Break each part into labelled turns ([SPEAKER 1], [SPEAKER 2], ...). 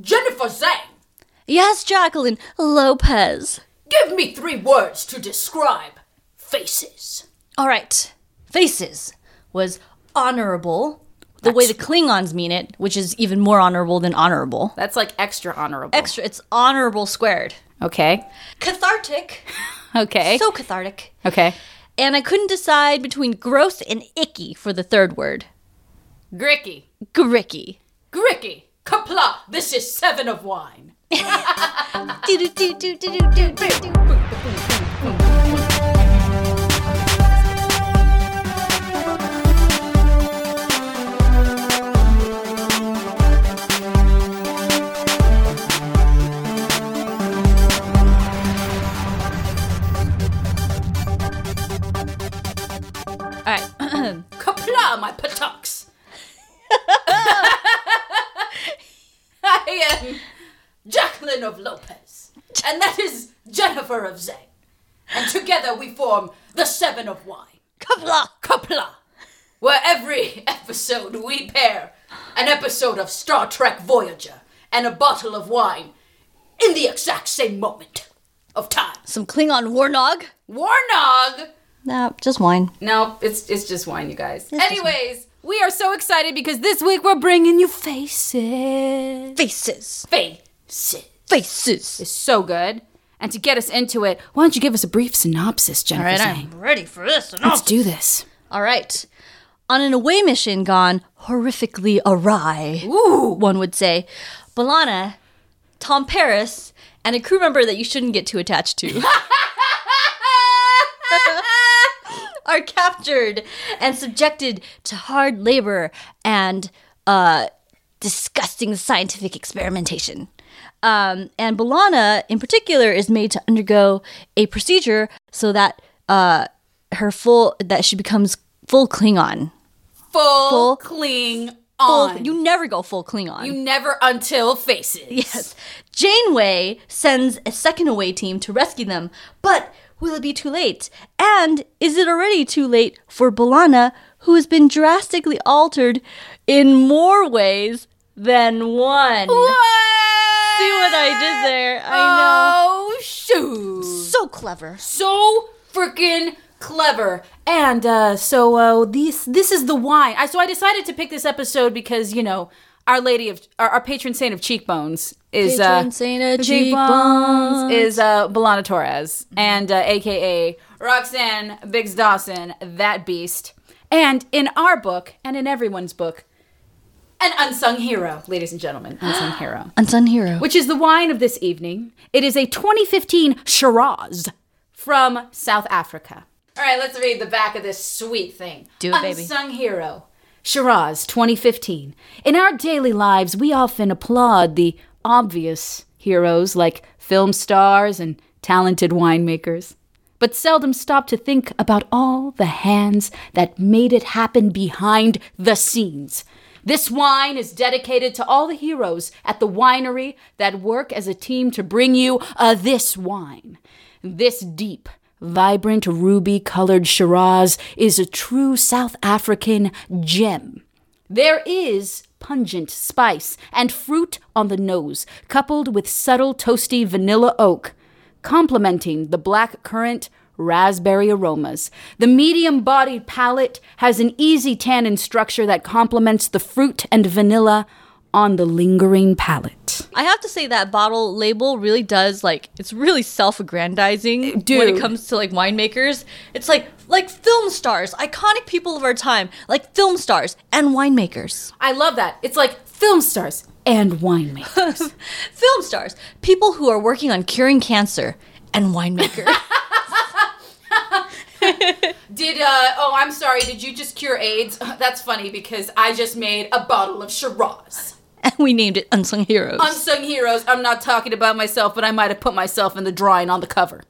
[SPEAKER 1] Jennifer Zhang,
[SPEAKER 2] Yes, Jacqueline Lopez.
[SPEAKER 1] give me three words to describe faces.
[SPEAKER 2] All right. Faces was honorable, the way the Klingons mean it, which is even more honorable than honorable.
[SPEAKER 3] That's like extra honorable.
[SPEAKER 2] Extra, it's honorable squared.
[SPEAKER 3] okay.
[SPEAKER 2] Cathartic.
[SPEAKER 3] Okay.
[SPEAKER 2] So cathartic.
[SPEAKER 3] okay.
[SPEAKER 2] And I couldn't decide between gross and icky for the third word.
[SPEAKER 1] Gricky,
[SPEAKER 2] Gricky.
[SPEAKER 1] Gricky, Kapla, this is seven of wine.
[SPEAKER 2] All right.
[SPEAKER 1] Kapla, my patux. I am Jacqueline of Lopez, and that is Jennifer of Zhang. And together we form the Seven of Wine.
[SPEAKER 2] Kabla.
[SPEAKER 1] Coupla, where every episode we pair an episode of Star Trek Voyager and a bottle of wine in the exact same moment of time.
[SPEAKER 2] Some Klingon warnog.
[SPEAKER 1] Warnog!
[SPEAKER 2] Nah, just wine.
[SPEAKER 3] No, it's it's just wine, you guys.
[SPEAKER 2] just
[SPEAKER 3] Anyways, we are so excited because this week we're bringing you faces.
[SPEAKER 2] Faces.
[SPEAKER 1] Faces.
[SPEAKER 2] Faces.
[SPEAKER 3] It's so good. And to get us into it, why don't you give us a brief synopsis, Jennifer?
[SPEAKER 2] All right,
[SPEAKER 3] Zhang?
[SPEAKER 2] I'm ready for this.
[SPEAKER 3] Let's do this.
[SPEAKER 2] All right. On an away mission gone horrifically awry, one would say, Balana, Tom Paris, and a crew member that you shouldn't get too attached to are captured and subjected to hard labor and uh, disgusting scientific experimentation. Um, and Balana, in particular, is made to undergo a procedure so that uh, her full that she becomes full Klingon.
[SPEAKER 1] Full,
[SPEAKER 2] Full-
[SPEAKER 1] cling
[SPEAKER 2] Full,
[SPEAKER 1] on. you,
[SPEAKER 2] you never go full Klingon.
[SPEAKER 1] never until faces.
[SPEAKER 2] Yes. Janeway sends a second away team to rescue them, but will it be too late? And is it already too late for Balana, who has been drastically altered in more ways than one? See what I did there? I know.
[SPEAKER 1] Oh, shoot.
[SPEAKER 2] So clever.
[SPEAKER 1] So freaking clever. And uh, so uh, these this is the wine. I, so I decided to pick this episode because you know our lady of our, our patron saint of cheekbones is uh,
[SPEAKER 2] Patron saint of cheekbones.
[SPEAKER 1] is uh, Belana Torres and uh, AKA Roxanne Biggs Dawson, that beast. And in our book and in everyone's book, an unsung hero, ladies and gentlemen, unsung hero
[SPEAKER 2] Unsung hero.
[SPEAKER 1] which is the wine of this evening. It is a 2015 Shiraz from South Africa. All right, let's read the back of this sweet thing.
[SPEAKER 2] Do it, baby.
[SPEAKER 1] Unsung hero. Shiraz 2015. In our daily lives, we often applaud the obvious heroes like film stars and talented winemakers, but seldom stop to think about all the hands that made it happen behind the scenes. This wine is dedicated to all the heroes at the winery that work as a team to bring you uh, this wine. This deep, vibrant, ruby colored Shiraz is a true South African gem. There is pungent spice and fruit on the nose, coupled with subtle toasty vanilla oak, complementing the black currant raspberry aromas. The medium bodied palate has an easy tannin structure that complements the fruit and vanilla on the lingering palate.
[SPEAKER 2] I have to say that bottle label really does like it's really self-aggrandizing when
[SPEAKER 1] Dude.
[SPEAKER 2] it comes to like winemakers. It's like like film stars, iconic people of our time, like film stars and winemakers.
[SPEAKER 1] I love that. It's like film stars and winemakers.
[SPEAKER 2] Film stars, people who are working on curing cancer and winemaker.
[SPEAKER 1] Did uh oh I'm sorry, did you just cure AIDS? That's funny because I just made a bottle of Shiraz.
[SPEAKER 2] and we named it Unsung Heroes.
[SPEAKER 1] Unsung heroes, I'm not talking about myself, but I might have put myself in the drawing on the cover.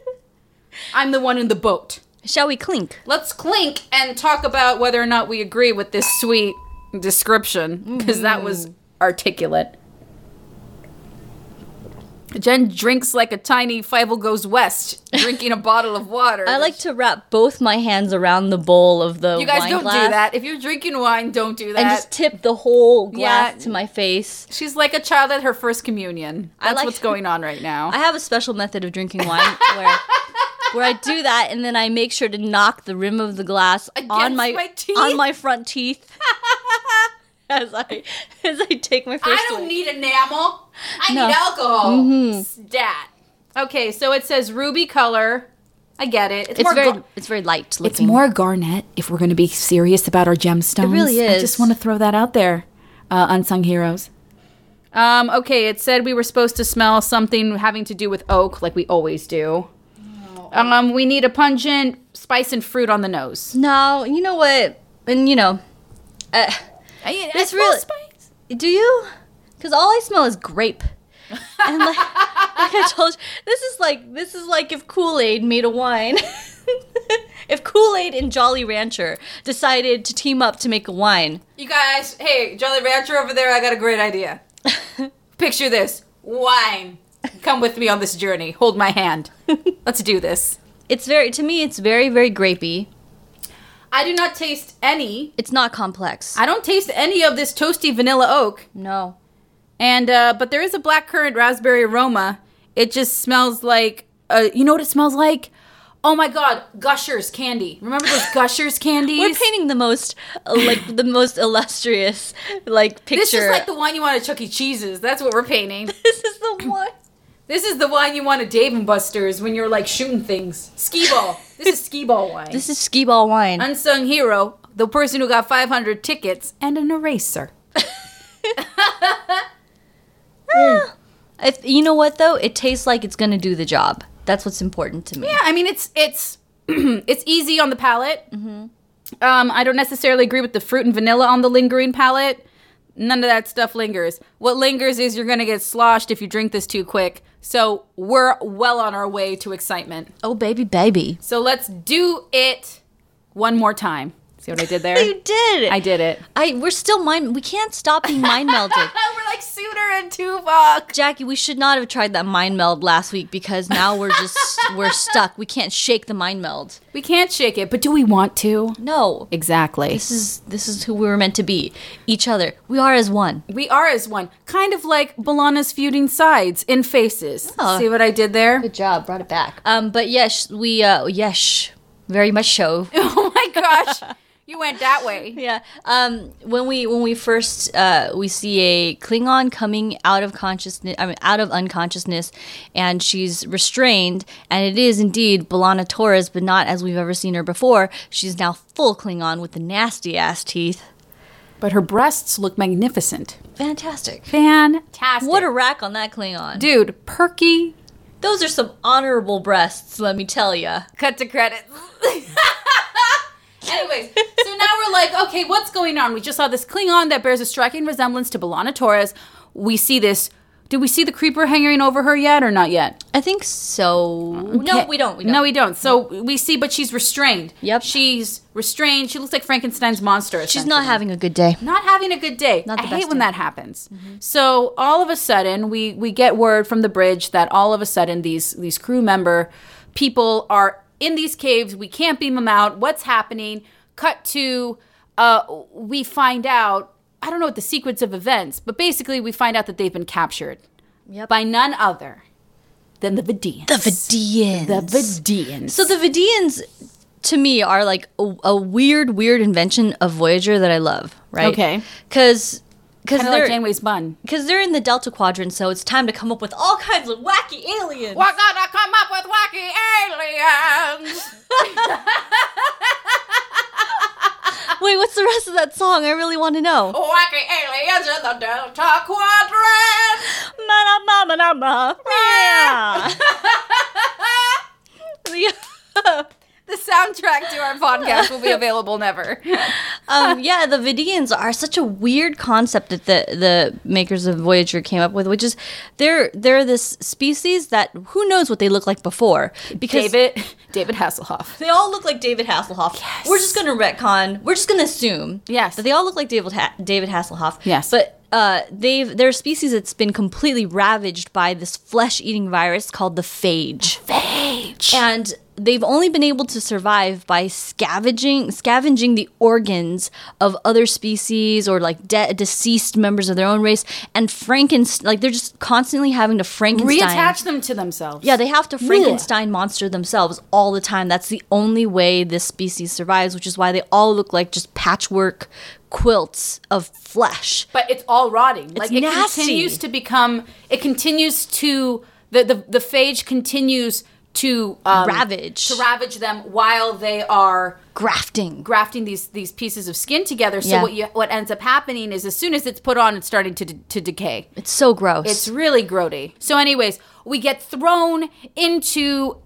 [SPEAKER 1] I'm the one in the boat.
[SPEAKER 2] Shall we clink?
[SPEAKER 1] Let's clink and talk about whether or not we agree with this sweet Mm-hmm. description because that was articulate.
[SPEAKER 3] Jen drinks like a tiny Fievel goes west, drinking a bottle of water.
[SPEAKER 2] I like to wrap both my hands around the bowl of the
[SPEAKER 3] You guys
[SPEAKER 2] wine
[SPEAKER 3] don't
[SPEAKER 2] glass
[SPEAKER 3] do that. If you're drinking wine, don't do that.
[SPEAKER 2] and just tip the whole glass
[SPEAKER 3] Yeah.
[SPEAKER 2] to my face.
[SPEAKER 3] She's like a child at her first communion. That's
[SPEAKER 2] like-
[SPEAKER 3] what's going on right now.
[SPEAKER 2] I have a special method of drinking wine where where I do that and then I make sure to knock the rim of the glass on
[SPEAKER 3] Against
[SPEAKER 2] my,
[SPEAKER 3] my teeth?
[SPEAKER 2] on my front teeth as I as I take my first
[SPEAKER 3] I don't
[SPEAKER 2] one.
[SPEAKER 3] need enamel. I
[SPEAKER 2] No.
[SPEAKER 3] need alcohol. Stat. Mm-hmm. Okay, so it says ruby color. I get it. It's,
[SPEAKER 2] it's
[SPEAKER 3] more
[SPEAKER 2] very
[SPEAKER 3] gar-
[SPEAKER 2] it's very light looking.
[SPEAKER 1] It's more garnet if we're going to be serious about our gemstones. It
[SPEAKER 2] really
[SPEAKER 1] I
[SPEAKER 2] is.
[SPEAKER 1] just want to throw that out there, uh, unsung heroes.
[SPEAKER 3] um okay, it said we were supposed to smell something having to do with oak like we always do. Um we need a pungent spice and fruit on the nose.
[SPEAKER 2] No, you know what? And you know, uh,
[SPEAKER 3] I,
[SPEAKER 2] It's really-
[SPEAKER 3] spice.
[SPEAKER 2] do you? Because all I smell is grape. And like, like I told you, this is like this is like if Kool Aid made a wine. if Kool Aid and Jolly Rancher decided to team up to make a wine,
[SPEAKER 3] You guys, hey, Jolly Rancher over there, I got a great idea. Picture this. Wine. Come with me on this journey. Hold my hand. Let's do this.
[SPEAKER 2] it's very to me it's very very grapey.
[SPEAKER 3] I do not taste any
[SPEAKER 2] It's not complex.
[SPEAKER 3] I don't taste any of this toasty vanilla oak,
[SPEAKER 2] no,
[SPEAKER 3] and uh, but there is a blackcurrant raspberry aroma. It just smells like uh, you know what it smells like? Oh my god, Gushers candy. Remember those Gushers candies?
[SPEAKER 2] we're painting the most uh, like the most illustrious like picture.
[SPEAKER 3] this is like the wine you want at Chuck E. Cheese's. That's what we're painting.
[SPEAKER 2] this is the one.
[SPEAKER 3] this is the wine you want at Dave and Buster's when you're like shooting things. Skee ball. This is skee ball wine.
[SPEAKER 2] This is skee ball wine.
[SPEAKER 3] Unsung hero, the person who got 500 tickets.
[SPEAKER 1] And an eraser.
[SPEAKER 2] If you know what though, it tastes like it's gonna do the job. That's what's important to me.
[SPEAKER 3] Yeah, I mean it's it's it's easy on the palate. Um, I don't necessarily agree with the fruit and vanilla on the lingering palate. None of that stuff lingers. What lingers is you're gonna get sloshed if you drink this too quick. So we're well on our way to excitement.
[SPEAKER 2] Oh baby, baby.
[SPEAKER 3] So let's do it one more time. See what I did there?
[SPEAKER 2] You did.
[SPEAKER 3] I did it.
[SPEAKER 2] I we're still mind. We can't stop being mind melded.
[SPEAKER 3] we're like Suter and Tuvok.
[SPEAKER 2] Jackie, we should not have tried that mind meld last week because now we're just we're stuck. We can't shake the mind meld.
[SPEAKER 3] We can't shake it, but
[SPEAKER 1] Do we want to?
[SPEAKER 2] No.
[SPEAKER 1] Exactly.
[SPEAKER 2] This is this is who we were meant to be. Each other. We are as one.
[SPEAKER 3] we are as one. Kind of like Balana's feuding sides in faces.
[SPEAKER 2] Oh.
[SPEAKER 3] See what I did there?
[SPEAKER 2] Good job. Brought it back. Um but yes, we uh yes, very much so.
[SPEAKER 3] Oh my gosh. You went that way.
[SPEAKER 2] Yeah. Um, when we when we first uh, we see a Klingon coming out of consciousness, I mean out of unconsciousness, and she's restrained, and it is indeed Belana Torres, but not as we've ever seen her before. She's now full Klingon with the nasty ass teeth.
[SPEAKER 1] But her breasts look magnificent.
[SPEAKER 2] Fantastic.
[SPEAKER 3] Fantastic.
[SPEAKER 2] What a rack on that Klingon.
[SPEAKER 3] dude, perky.
[SPEAKER 2] Those are some honorable breasts, let me tell you.
[SPEAKER 3] Cut to credits. Anyways, so now we're like, okay, what's going on? We just saw this Klingon that bears a striking resemblance to Belana Torres. We see this. Did we see the creeper hanging over her yet or not yet?
[SPEAKER 2] I think so. No, we don't. We don't.
[SPEAKER 3] No, we don't. So we see, but she's restrained.
[SPEAKER 2] Yep.
[SPEAKER 3] She's restrained. She looks like Frankenstein's monster.
[SPEAKER 2] she's not having a good day.
[SPEAKER 3] not having a good day.
[SPEAKER 2] Not the
[SPEAKER 3] I
[SPEAKER 2] best
[SPEAKER 3] hate when
[SPEAKER 2] day. Mm-hmm.
[SPEAKER 3] that happens. So all of a sudden, we we get word from the bridge that all of a sudden these these crew member people are in these caves. We can't beam them out. What's happening? Cut to uh, we find out. I don't know what the sequence of events, but basically we find out that they've been captured
[SPEAKER 2] Yep.
[SPEAKER 3] by none other than the Vidians.
[SPEAKER 2] The Vidians.
[SPEAKER 1] The Vidians.
[SPEAKER 2] So the Vidians, to me, are like a, a weird, weird invention of Voyager that I love. Right?
[SPEAKER 3] Okay.
[SPEAKER 2] Because because
[SPEAKER 3] Kind of like
[SPEAKER 2] they're
[SPEAKER 3] Janeway's bun.
[SPEAKER 2] because they're in the Delta Quadrant, so it's time to come up with all kinds of wacky aliens.
[SPEAKER 3] We're gonna come up with wacky aliens.
[SPEAKER 2] Wait, what's the rest of that song? I really want to know.
[SPEAKER 3] Wacky aliens in the Delta Quadrant.
[SPEAKER 2] Ma ma ma ma ma. Yeah.
[SPEAKER 3] The soundtrack to our podcast will be available never.
[SPEAKER 2] um, yeah, the Vidians are such a weird concept that the the makers of Voyager came up with, which is they're they're this species that who knows what they look like before because
[SPEAKER 3] David David Hasselhoff.
[SPEAKER 2] they all look like David Hasselhoff. We're just gonna retcon. We're just gonna assume
[SPEAKER 3] Yes.
[SPEAKER 2] that they all look like David ha- David Hasselhoff.
[SPEAKER 3] Yes.
[SPEAKER 2] but uh, they've they're a species that's been completely ravaged by this flesh-eating virus called the phage. Phage. And they've only been able to survive by scavenging scavenging the organs of other species or like de- deceased members of their own race and Frankenstein. Like they're just constantly having to Frankenstein.
[SPEAKER 3] Reattach them to themselves.
[SPEAKER 2] Yeah, they have to Frankenstein monster themselves all the time. That's the only way this species survives, which is why they all look like just patchwork quilts of flesh.
[SPEAKER 3] but it's all rotting. like it
[SPEAKER 2] nasty.
[SPEAKER 3] continues to become. It continues to the the, the phage continues to um,
[SPEAKER 2] Ravage.
[SPEAKER 3] to ravage them while they are
[SPEAKER 2] Grafting.
[SPEAKER 3] grafting these these pieces of skin together. So
[SPEAKER 2] Yeah.
[SPEAKER 3] what you what ends up happening is as soon as it's put on, it's starting to d- to decay.
[SPEAKER 2] It's so gross.
[SPEAKER 3] It's really grody. So, anyways, we get thrown into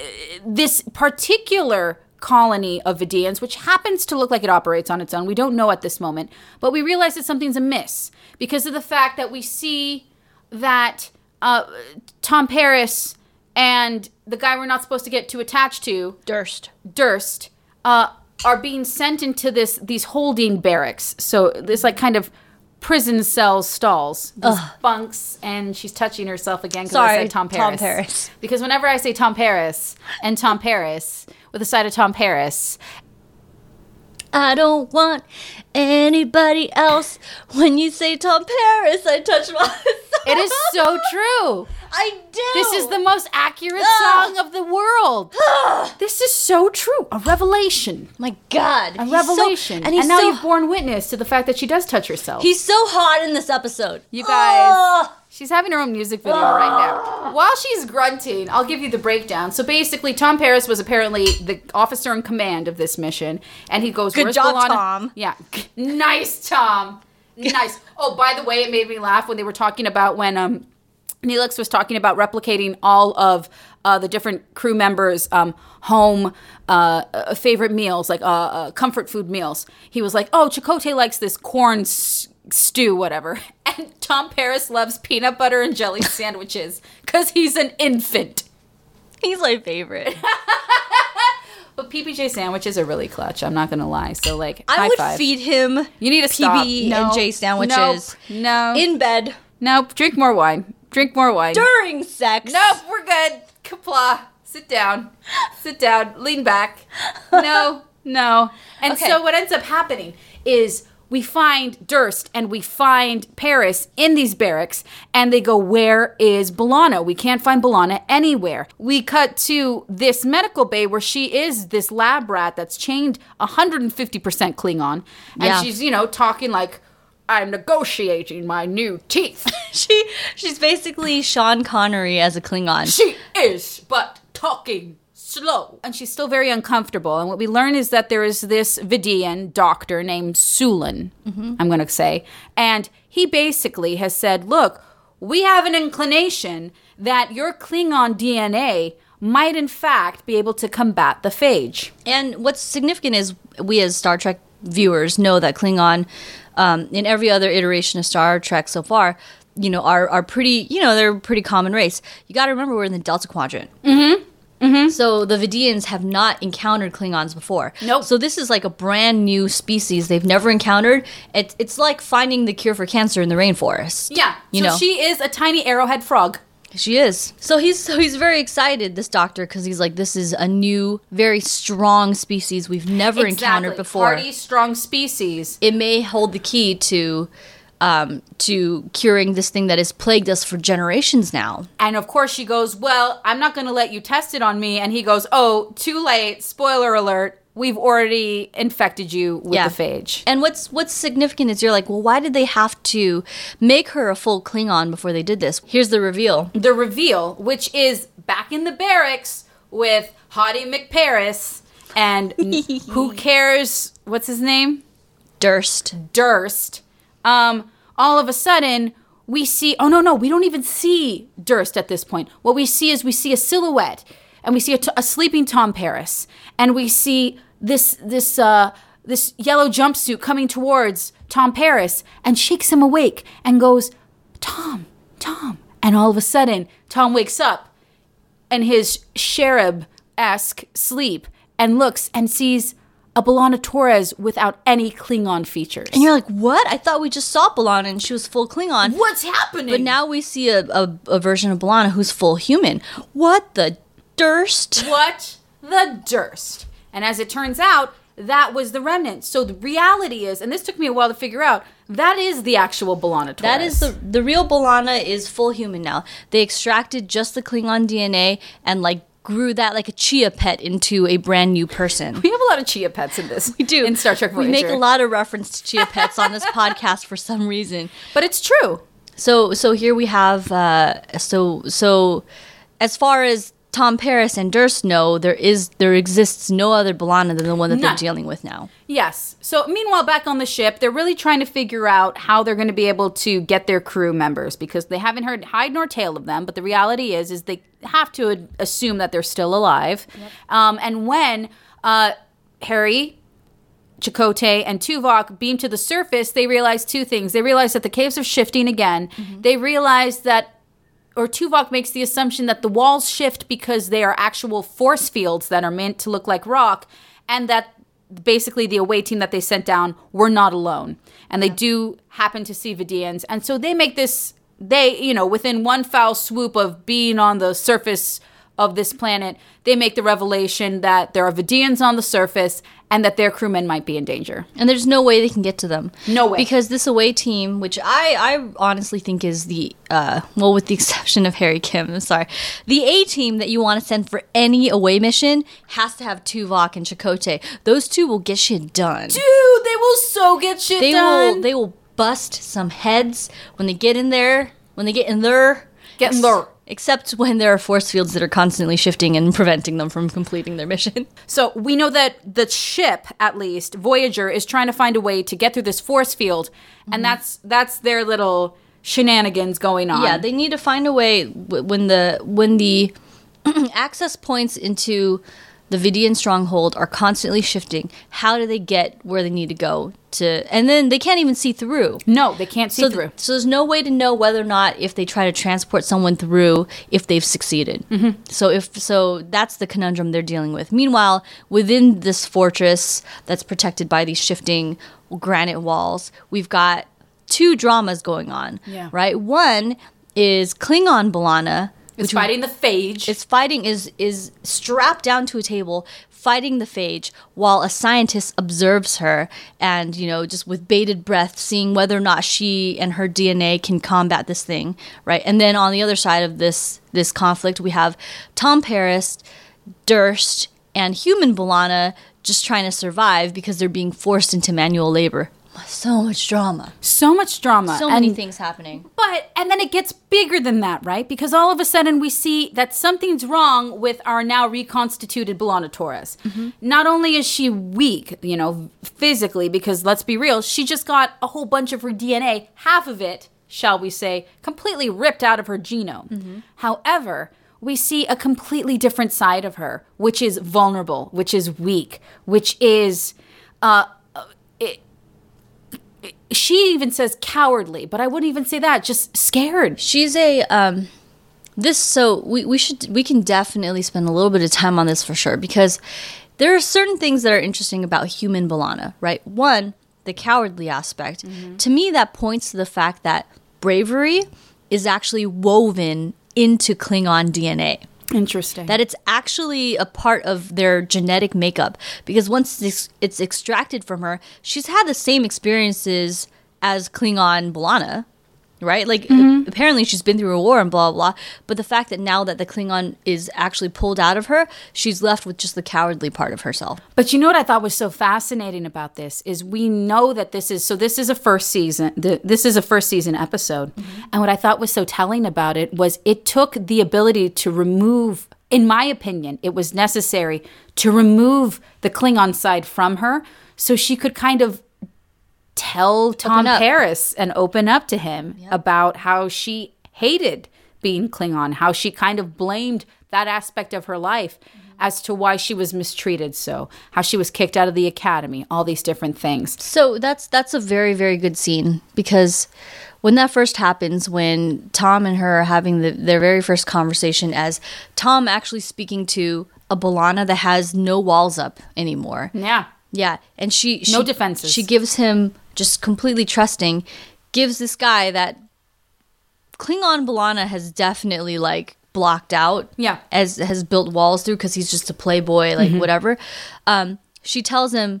[SPEAKER 3] uh, this particular colony of Vidians, which happens to look like it operates on its own. We don't know at this moment, but we realize that something's amiss because of the fact that we see that uh, Tom Paris and the guy we're not supposed to get too attached to,
[SPEAKER 2] Durst.
[SPEAKER 3] Durst uh, are being sent into this these holding barracks. So this like kind of prison cell stalls, these bunks, and she's touching herself again because I
[SPEAKER 2] Sorry,
[SPEAKER 3] said Tom
[SPEAKER 2] Tom
[SPEAKER 3] Paris.
[SPEAKER 2] Paris.
[SPEAKER 3] Because whenever I say Tom Paris and Tom Paris with a side of Tom Paris,
[SPEAKER 2] I don't want anybody else. When you say Tom Paris, I touch myself.
[SPEAKER 3] it is so true.
[SPEAKER 2] I do.
[SPEAKER 3] This is the most accurate
[SPEAKER 2] Ugh.
[SPEAKER 3] song of the world. this is so true. A revelation.
[SPEAKER 2] my God.
[SPEAKER 3] A
[SPEAKER 2] he's so-
[SPEAKER 3] revelation.
[SPEAKER 2] and he's
[SPEAKER 3] now
[SPEAKER 2] so
[SPEAKER 3] you've borne witness to the fact that she does touch herself.
[SPEAKER 2] he's so hot in this episode.
[SPEAKER 3] You guys.
[SPEAKER 2] Ugh.
[SPEAKER 3] She's having her own music video right
[SPEAKER 2] Ah.
[SPEAKER 3] now. While she's grunting, I'll give you the breakdown. So basically, Tom Paris was apparently the officer in command of this mission, and he goes,
[SPEAKER 2] Good
[SPEAKER 3] "Where's
[SPEAKER 2] job,
[SPEAKER 3] B'Elanna?"
[SPEAKER 2] Tom.
[SPEAKER 3] Yeah, nice, Tom. Nice. oh, by the way, it made me laugh when they were talking about when um, Neelix was talking about replicating all of uh, the different crew members' um, home uh, uh, favorite meals, like uh, uh, comfort food meals. He was like, "Oh, Chakotay likes this corn s- stew, whatever," and Tom Paris loves peanut butter and jelly sandwiches because he's an infant.
[SPEAKER 2] He's my favorite.
[SPEAKER 3] But PBJ sandwiches are really clutch. I'm not gonna lie. So like,
[SPEAKER 2] I
[SPEAKER 3] high
[SPEAKER 2] would
[SPEAKER 3] five.
[SPEAKER 2] feed him.
[SPEAKER 3] You need to
[SPEAKER 2] PB
[SPEAKER 3] stop.
[SPEAKER 2] and
[SPEAKER 3] No.
[SPEAKER 2] J sandwiches.
[SPEAKER 3] Nope. No.
[SPEAKER 2] In bed
[SPEAKER 3] nope. Drink more wine. Drink more wine.
[SPEAKER 2] during sex.
[SPEAKER 3] Nope, we're good. Kapla, sit down. Sit down. Lean back. No, no. And
[SPEAKER 2] Okay.
[SPEAKER 3] so what ends up happening is we find Durst and we find Paris in these barracks, and they go, Where is Bellana? We can't find Bellana anywhere. We cut to this medical bay where she is this lab rat that's chained 150% Klingon. And
[SPEAKER 2] Yeah.
[SPEAKER 3] she's, you know, talking like, I'm negotiating my new teeth.
[SPEAKER 2] She she's basically Sean Connery as a Klingon.
[SPEAKER 3] She is, but talking slow. And she's still very uncomfortable. And what we learn is that there is this Vidian doctor named Sulin, I'm going to say. And he basically has said, look, we have an inclination that your Klingon DNA might, in fact, be able to combat the phage.
[SPEAKER 2] And what's significant is we as Star Trek viewers know that Klingon, um, in every other iteration of Star Trek so far, you know, are are pretty you know they're a pretty common race. You got to remember we're in the Delta Quadrant. Mm-hmm. Mm-hmm. So the Vidians have not encountered Klingons before.
[SPEAKER 3] Nope.
[SPEAKER 2] So this is like a brand new species they've never encountered. It, it's like finding the cure for cancer in the rainforest.
[SPEAKER 3] Yeah.
[SPEAKER 2] You
[SPEAKER 3] so
[SPEAKER 2] know.
[SPEAKER 3] she is a tiny arrowhead frog.
[SPEAKER 2] She is. So he's so he's very excited, this doctor, because he's like, this is a new, very strong species we've never encountered before.
[SPEAKER 3] Hardy, strong species.
[SPEAKER 2] It may hold the key to um, to curing this thing that has plagued us for generations now.
[SPEAKER 3] And of course, she goes, Well, I'm not going to let you test it on me. And he goes, Oh, too late. Spoiler alert. We've already infected you with
[SPEAKER 2] Yeah.
[SPEAKER 3] the phage.
[SPEAKER 2] And what's what's significant is you're like, well, why did they have to make her a full Klingon before they did this? Here's the reveal.
[SPEAKER 3] The reveal, which is back in the barracks with Hottie McParis and who cares? What's his name?
[SPEAKER 2] Durst.
[SPEAKER 3] Durst. Um, all of a sudden, we see, oh, no, no, we don't even see Durst at this point. What we see is we see a silhouette and we see a, t- a sleeping Tom Paris and we see this, this, uh, this yellow jumpsuit coming towards Tom Paris and shakes him awake and goes, Tom, Tom. And all of a sudden, Tom wakes up and his cherub esque sleep and looks and sees a Belana Torres without any Klingon features.
[SPEAKER 2] And you're like, what? I thought we just saw Balana and she was full Klingon.
[SPEAKER 3] What's happening?
[SPEAKER 2] But now we see a, a, a version of Balana who's full human. What the durst?
[SPEAKER 3] What the durst? And as it turns out, that was the remnant. So the reality is, and this took me a while to figure out, that is the actual Belana Torres.
[SPEAKER 2] That is the the real Balana is full human now. They extracted just the Klingon DNA and like grew that like a chia pet into a brand new person.
[SPEAKER 3] We have a lot of chia pets in this. We
[SPEAKER 2] do.
[SPEAKER 3] in Star Trek
[SPEAKER 2] We
[SPEAKER 3] Voyager.
[SPEAKER 2] make a lot of reference to chia pets on this podcast for some reason.
[SPEAKER 3] but it's true.
[SPEAKER 2] So so here we have uh, so so as far as Tom Paris and Durst know there is there exists no other Balana than the one that
[SPEAKER 3] None.
[SPEAKER 2] they're dealing with now.
[SPEAKER 3] Yes. So meanwhile, back on the ship, they're really trying to figure out how they're going to be able to get their crew members because they haven't heard hide nor tail of them. But the reality is, is they have to ad- assume that they're still alive. Um, and when uh, Harry Chakotay and Tuvok beam to the surface, they realize two things. They realize that the caves are shifting again. They realize that, or Tuvok makes the assumption that the walls shift because they are actual force fields that are meant to look like rock, and that basically the away team that they sent down were not alone. And they do happen to see Vidians. And so they make this, they, you know, within one foul swoop of being on the surface of this planet, they make the revelation that there are Vidians on the surface and that their crewmen might be in danger.
[SPEAKER 2] and there's no way they can get to them.
[SPEAKER 3] No way.
[SPEAKER 2] because this away team, which I I honestly think is the uh, well, with the exception of Harry Kim, I'm sorry, the A team that you want to send for any away mission has to have Tuvok and Chakotay. Those two will get shit done.
[SPEAKER 3] Dude, they will so get shit
[SPEAKER 2] they
[SPEAKER 3] done.
[SPEAKER 2] will they will bust some heads when they get in there. When they get in there,
[SPEAKER 3] Get in there.
[SPEAKER 2] Except when there are force fields that are constantly shifting and preventing them from completing their mission.
[SPEAKER 3] So we know that the ship, at least Voyager, is trying to find a way to get through this force field, and that's that's their little shenanigans going on.
[SPEAKER 2] Yeah, they need to find a way w- when the when the access points into the Vidian stronghold are constantly shifting. How do they get where they need to go to? And then they can't even see through.
[SPEAKER 3] no, they can't see
[SPEAKER 2] So, th-
[SPEAKER 3] through.
[SPEAKER 2] so there's no way to know whether or not if they try to transport someone through if they've succeeded.
[SPEAKER 3] Mm-hmm.
[SPEAKER 2] So if so, that's the conundrum they're dealing with. Meanwhile, within this fortress that's protected by these shifting granite walls, we've got two dramas going on.
[SPEAKER 3] Yeah.
[SPEAKER 2] Right. One is Klingon Balana.
[SPEAKER 3] It's fighting the phage.
[SPEAKER 2] It's fighting is is strapped down to a table fighting the phage while a scientist observes her and you know just with bated breath seeing whether or not she and her DNA can combat this thing right and then on the other side of this this conflict we have Tom Paris Durst and human Balana just trying to survive because they're being forced into manual labor so much drama
[SPEAKER 3] so much drama.
[SPEAKER 2] so many
[SPEAKER 3] and-
[SPEAKER 2] things happening
[SPEAKER 3] But and then it gets bigger than that, right? Because all of a sudden we see that something's wrong with our now reconstituted Belana Torres. Not only is she weak, you know, physically, because let's be real, she just got a whole bunch of her DNA, half of it, shall we say, completely ripped out of her genome. However, we see a completely different side of her, which is vulnerable, which is weak, which is she even says cowardly, but I wouldn't even say that, just scared.
[SPEAKER 2] She's a um this so we, we should we can definitely spend a little bit of time on this for sure because there are certain things that are interesting about human Balana, right? One, the cowardly aspect. To me that points to the fact that bravery is actually woven into Klingon DNA
[SPEAKER 3] Interesting.
[SPEAKER 2] that it's actually a part of their genetic makeup because once this, it's extracted from her, she's had the same experiences as Klingon Balana, right? Like apparently she's been through a war and blah blah. blah. But the fact that now that the Klingon is actually pulled out of her, she's left with just the cowardly part of herself.
[SPEAKER 3] But you know what I thought was so fascinating about this is we know that this is so this is a first season th- this is a first season episode. And what I thought was so telling about it was it took the ability to remove in my opinion it was necessary to remove the Klingon side from her so she could kind of tell Tom
[SPEAKER 2] up.
[SPEAKER 3] Paris and open up to him about how she hated being Klingon, how she kind of blamed that aspect of her life
[SPEAKER 2] Mm-hmm.
[SPEAKER 3] as to why she was mistreated so, how she was kicked out of the academy, all these different things.
[SPEAKER 2] So that's that's a very very good scene because when that first happens, when Tom and her are having the, their very first conversation, as Tom actually speaking to a Balana that has no walls up anymore,
[SPEAKER 3] Yeah.
[SPEAKER 2] Yeah, and she, she
[SPEAKER 3] No defenses.
[SPEAKER 2] She gives him just completely trusting, gives this guy that Klingon Balana has definitely like blocked out.
[SPEAKER 3] Yeah. Mm-hmm.
[SPEAKER 2] as has built walls through because he's just a playboy, like whatever. Um, she tells him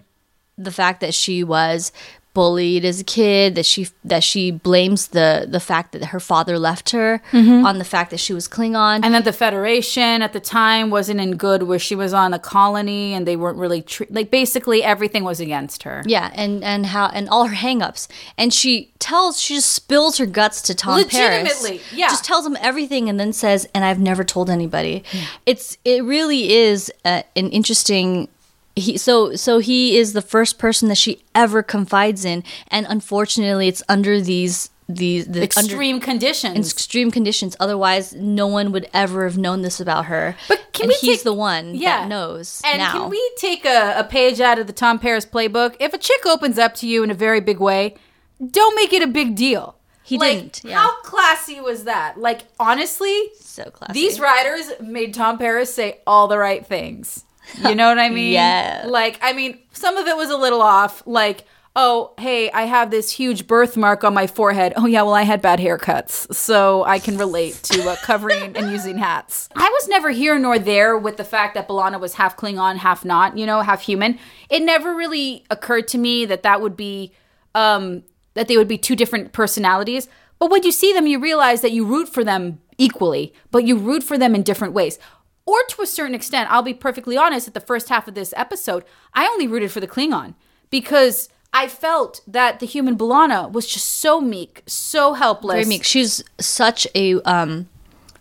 [SPEAKER 2] the fact that she was bullied as a kid that she that she blames the the fact that her father left her
[SPEAKER 3] Mm-hmm.
[SPEAKER 2] on the fact that she was Klingon.
[SPEAKER 3] and that the Federation at the time wasn't in good, where she was on a colony, and they weren't really tre- like basically everything was against her.
[SPEAKER 2] Yeah, and and how and all her hangups, and she tells she just spills her guts to Tom
[SPEAKER 3] Legitimately,
[SPEAKER 2] Paris.
[SPEAKER 3] yeah.
[SPEAKER 2] just tells him everything, and then says, "And I've never told anybody."
[SPEAKER 3] Hmm.
[SPEAKER 2] It's it really is uh an interesting. He, so so he is the first person that she ever confides in, and unfortunately, it's under these these the under
[SPEAKER 3] Extreme conditions.
[SPEAKER 2] extreme conditions. Otherwise, no one would ever have known this about her.
[SPEAKER 3] But can
[SPEAKER 2] and
[SPEAKER 3] we
[SPEAKER 2] he's
[SPEAKER 3] take-
[SPEAKER 2] the one
[SPEAKER 3] yeah.
[SPEAKER 2] that knows
[SPEAKER 3] And
[SPEAKER 2] now.
[SPEAKER 3] can we take a, a page out of the Tom Paris playbook? If a chick opens up to you in a very big way, don't make it a big deal.
[SPEAKER 2] He
[SPEAKER 3] Like,
[SPEAKER 2] didn't, yeah.
[SPEAKER 3] How classy was that? Like honestly,
[SPEAKER 2] so classy.
[SPEAKER 3] these writers made Tom Paris say all the right things. You know what I mean?
[SPEAKER 2] Yeah.
[SPEAKER 3] Like, I mean, some of it was a little off. Like, oh, hey, I have this huge birthmark on my forehead. Oh, yeah, well, I had bad haircuts. So I can relate to uh, covering and using hats. I was never here nor there with the fact that Balana was half Klingon, half not, you know, half human. It never really occurred to me that that would be um, that they would be two different personalities. But when you see them, you realize that you root for them equally, but you root for them in different ways. Or to a certain extent, I'll be perfectly honest, at the first half of this episode, I only rooted for the Klingon because I felt that the human Balana was just so meek, so helpless.
[SPEAKER 2] Very meek. She's such a um,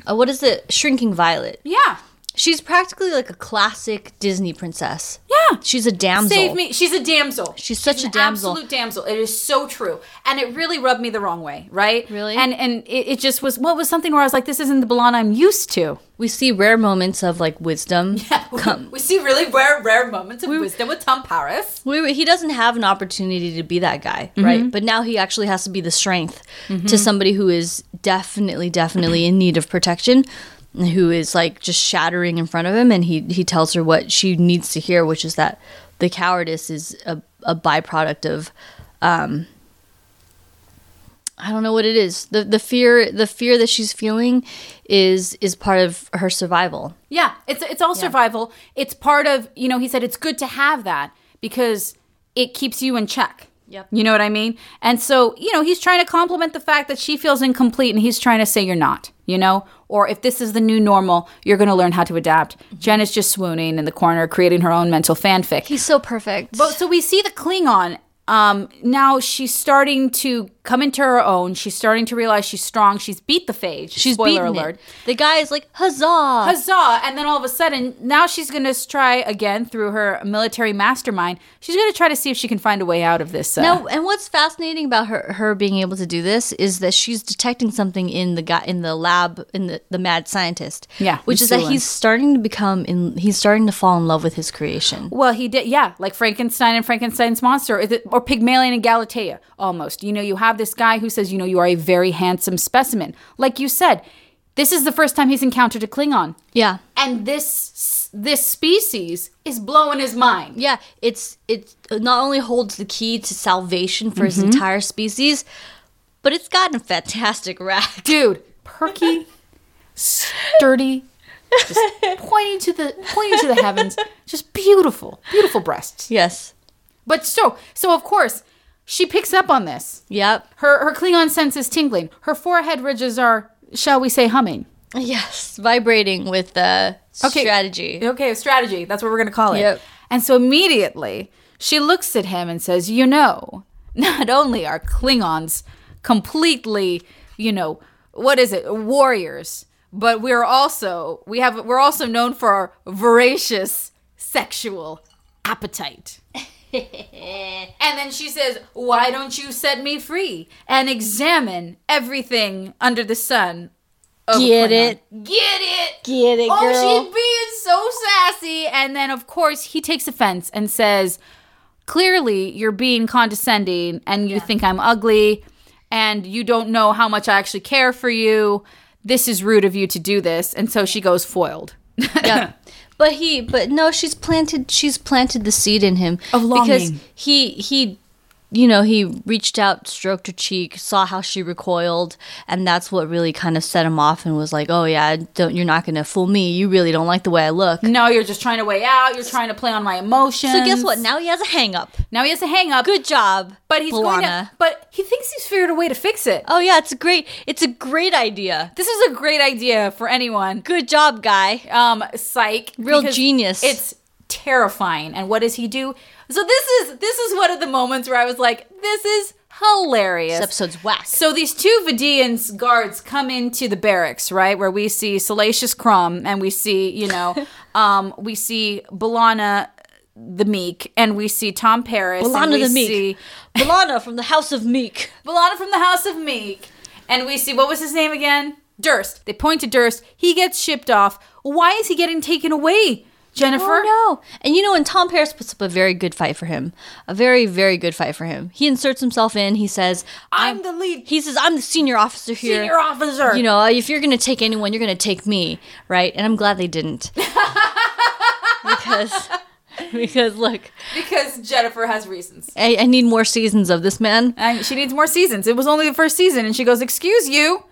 [SPEAKER 2] uh what is it? Shrinking Violet.
[SPEAKER 3] Yeah.
[SPEAKER 2] She's practically like a classic Disney princess.
[SPEAKER 3] Yeah.
[SPEAKER 2] she's a damsel.
[SPEAKER 3] Save me. She's a damsel.
[SPEAKER 2] She's such
[SPEAKER 3] an
[SPEAKER 2] a damsel.
[SPEAKER 3] Absolute damsel. It is so true. And it really rubbed me the wrong way, right?
[SPEAKER 2] Really?
[SPEAKER 3] And and it, it just was what was something where I was like, this isn't the Balana I'm used to.
[SPEAKER 2] We see rare moments of like wisdom. come.
[SPEAKER 3] We see really rare, rare moments of wisdom with Tom Paris.
[SPEAKER 2] We, he doesn't have an opportunity to be that guy, right? But now he actually has to be the strength to somebody who is definitely, definitely in need of protection, and who is like just shattering in front of him. And he, he tells her what she needs to hear, which is that the cowardice is a, a byproduct of um, I don't know what it is. The the fear the fear that she's feeling is is part of her survival.
[SPEAKER 3] Yeah, it's it's all survival. It's part of you know. He said it's good to have that because it keeps you in check.
[SPEAKER 2] Yep.
[SPEAKER 3] You know what I mean? And so you know he's trying to compliment the fact that she feels incomplete, and he's trying to say you're not. You know, or if this is the new normal, you're going to learn how to adapt. Jen is just swooning in the corner, creating her own mental fanfic.
[SPEAKER 2] Mm-hmm. He's so perfect.
[SPEAKER 3] But so we see the Klingon. Um, now she's starting to come into her own. She's starting to realize she's strong. She's beat the phage.
[SPEAKER 2] she's
[SPEAKER 3] Spoiler
[SPEAKER 2] beaten it.
[SPEAKER 3] alert.
[SPEAKER 2] The guy is like, huzzah!
[SPEAKER 3] Huzzah! And then all of a sudden, now she's going to try again through her military mastermind. She's going to try to see if she can find a way out of this. Uh,
[SPEAKER 2] Now, and what's fascinating about her her being able to do this is that she's detecting something in the guy in the lab in the, the mad scientist.
[SPEAKER 3] Yeah,
[SPEAKER 2] which
[SPEAKER 3] in
[SPEAKER 2] is that
[SPEAKER 3] Sula.
[SPEAKER 2] he's starting to become in he's starting to fall in love with his creation.
[SPEAKER 3] Well, he did, yeah, like Frankenstein and Frankenstein's monster, or, the, or Pygmalion and Galatea, almost. You know, you have this guy who says, you know, you are a very handsome specimen. Like you said, this is the first time he's encountered a Klingon.
[SPEAKER 2] Yeah,
[SPEAKER 3] and this this species is blowing his mind.
[SPEAKER 2] yeah. It's it not only holds the key to salvation for his entire species, but it's gotten fantastic rack.
[SPEAKER 3] Dude, perky, sturdy, just pointing to the pointing to the heavens, just beautiful, beautiful breasts.
[SPEAKER 2] Yes.
[SPEAKER 3] But so so of course, she picks up on this.
[SPEAKER 2] Yep.
[SPEAKER 3] Her her Klingon sense is tingling. Her forehead ridges are, shall we say, humming.
[SPEAKER 2] Yes, vibrating with the
[SPEAKER 3] Okay.
[SPEAKER 2] strategy.
[SPEAKER 3] Okay, strategy. That's what we're going to call it.
[SPEAKER 2] Yep.
[SPEAKER 3] And so immediately she looks at him and says, You know, not only are Klingons completely, you know, what is it, warriors, but we're also, we have, we're also known for our voracious sexual appetite. and then she says, Why don't you set me free and examine everything under the sun? of a
[SPEAKER 2] Get
[SPEAKER 3] Klingon?"
[SPEAKER 2] it.
[SPEAKER 3] Get it.
[SPEAKER 2] Get it,
[SPEAKER 3] Oh, she's being so sassy. And then, of course, he takes offense and says, Clearly, you're being condescending and you think I'm ugly and you don't know how much I actually care for you. This is rude of you to do this. And so she goes foiled.
[SPEAKER 2] yeah. But he, but no, she's planted. She's planted the seed in him
[SPEAKER 1] Of
[SPEAKER 2] because
[SPEAKER 1] longing.
[SPEAKER 2] he he, you know, he reached out, stroked her cheek, saw how she recoiled, and that's what really kind of set him off and was like, oh yeah, don't you're not gonna fool me. You really don't like the way I look.
[SPEAKER 3] No, you're just trying to weigh out. You're trying to play on my emotions.
[SPEAKER 2] So guess what? Now he has a hang up.
[SPEAKER 3] Now he has a hang up.
[SPEAKER 2] Good job.
[SPEAKER 3] But he's going to,
[SPEAKER 2] B'Elanna.
[SPEAKER 3] but he thinks he's figured a way to fix it.
[SPEAKER 2] Oh yeah, it's a great. It's a great idea.
[SPEAKER 3] This is a great idea for anyone.
[SPEAKER 2] Good job, guy.
[SPEAKER 3] Um, psych.
[SPEAKER 2] Real
[SPEAKER 3] because
[SPEAKER 2] genius.
[SPEAKER 3] It's terrifying. And what does he do? So this is this is one of the moments where I was like, this is hilarious.
[SPEAKER 2] This episode's whack.
[SPEAKER 3] So these two Vidians guards come into the barracks, right, where we see Salacious Crumb and we see, you know, um, we see Balana the Meek and we see Tom Paris. and
[SPEAKER 2] Balana
[SPEAKER 3] we
[SPEAKER 2] the Meek.
[SPEAKER 3] See
[SPEAKER 2] Balana from the House of Meek.
[SPEAKER 3] Balana from the House of Meek. And we see, what was his name again? Durst. They point to Durst. He gets shipped off. Why is he getting taken away, Jennifer?
[SPEAKER 2] Oh no! And you know, and Tom Paris puts up a very good fight for him, a very, very good fight for him. He inserts himself in. He says,
[SPEAKER 3] I'm the lead-
[SPEAKER 2] He says, "I'm the senior officer here.
[SPEAKER 3] Senior officer.
[SPEAKER 2] You know, uh, if you're gonna take anyone, you're gonna take me, right?" And I'm glad they didn't, because because look,
[SPEAKER 3] Because Jennifer has reasons.
[SPEAKER 2] I, I need more seasons of this man.
[SPEAKER 3] And she needs more seasons. It was only the first season. And she goes, excuse you.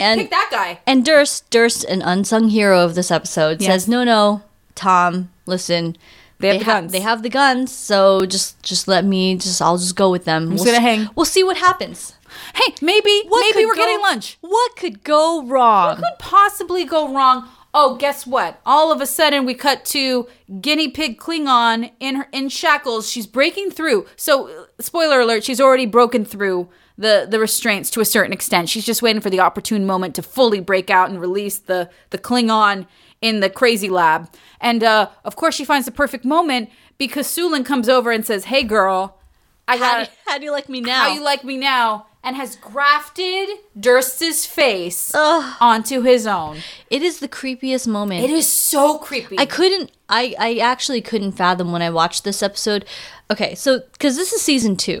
[SPEAKER 2] And
[SPEAKER 3] Pick that guy.
[SPEAKER 2] And Durst, Durst, an unsung hero of this episode,
[SPEAKER 3] Yes.
[SPEAKER 2] says, "No, no, Tom, listen.
[SPEAKER 3] They have the guns.
[SPEAKER 2] They have the guns. So just, just let me. Just I'll just go with them. we'll
[SPEAKER 3] gonna
[SPEAKER 2] s-
[SPEAKER 3] hang."
[SPEAKER 2] We'll see what happens.
[SPEAKER 3] Hey, maybe,
[SPEAKER 2] What
[SPEAKER 3] maybe
[SPEAKER 2] could
[SPEAKER 3] we're
[SPEAKER 2] go-
[SPEAKER 3] getting lunch.
[SPEAKER 2] What could go wrong?
[SPEAKER 3] could possibly go wrong? Oh, guess what? All of a sudden, we cut to guinea pig Klingon in her in shackles. She's breaking through. So, uh, spoiler alert: she's already broken through the the restraints to a certain extent. She's just waiting for the opportune moment to fully break out and release the the Klingon in the crazy lab. And uh, of course, she finds the perfect moment because Sulin comes over and says, "Hey, girl, I
[SPEAKER 2] how,
[SPEAKER 3] got."
[SPEAKER 2] do, how do you like me now?
[SPEAKER 3] How you like me now? And has grafted Durst's face
[SPEAKER 2] Ugh.
[SPEAKER 3] onto his own.
[SPEAKER 2] it is the creepiest moment.
[SPEAKER 3] It is so creepy.
[SPEAKER 2] I couldn't. I I actually couldn't fathom when I watched this episode. Okay, so because this is season two.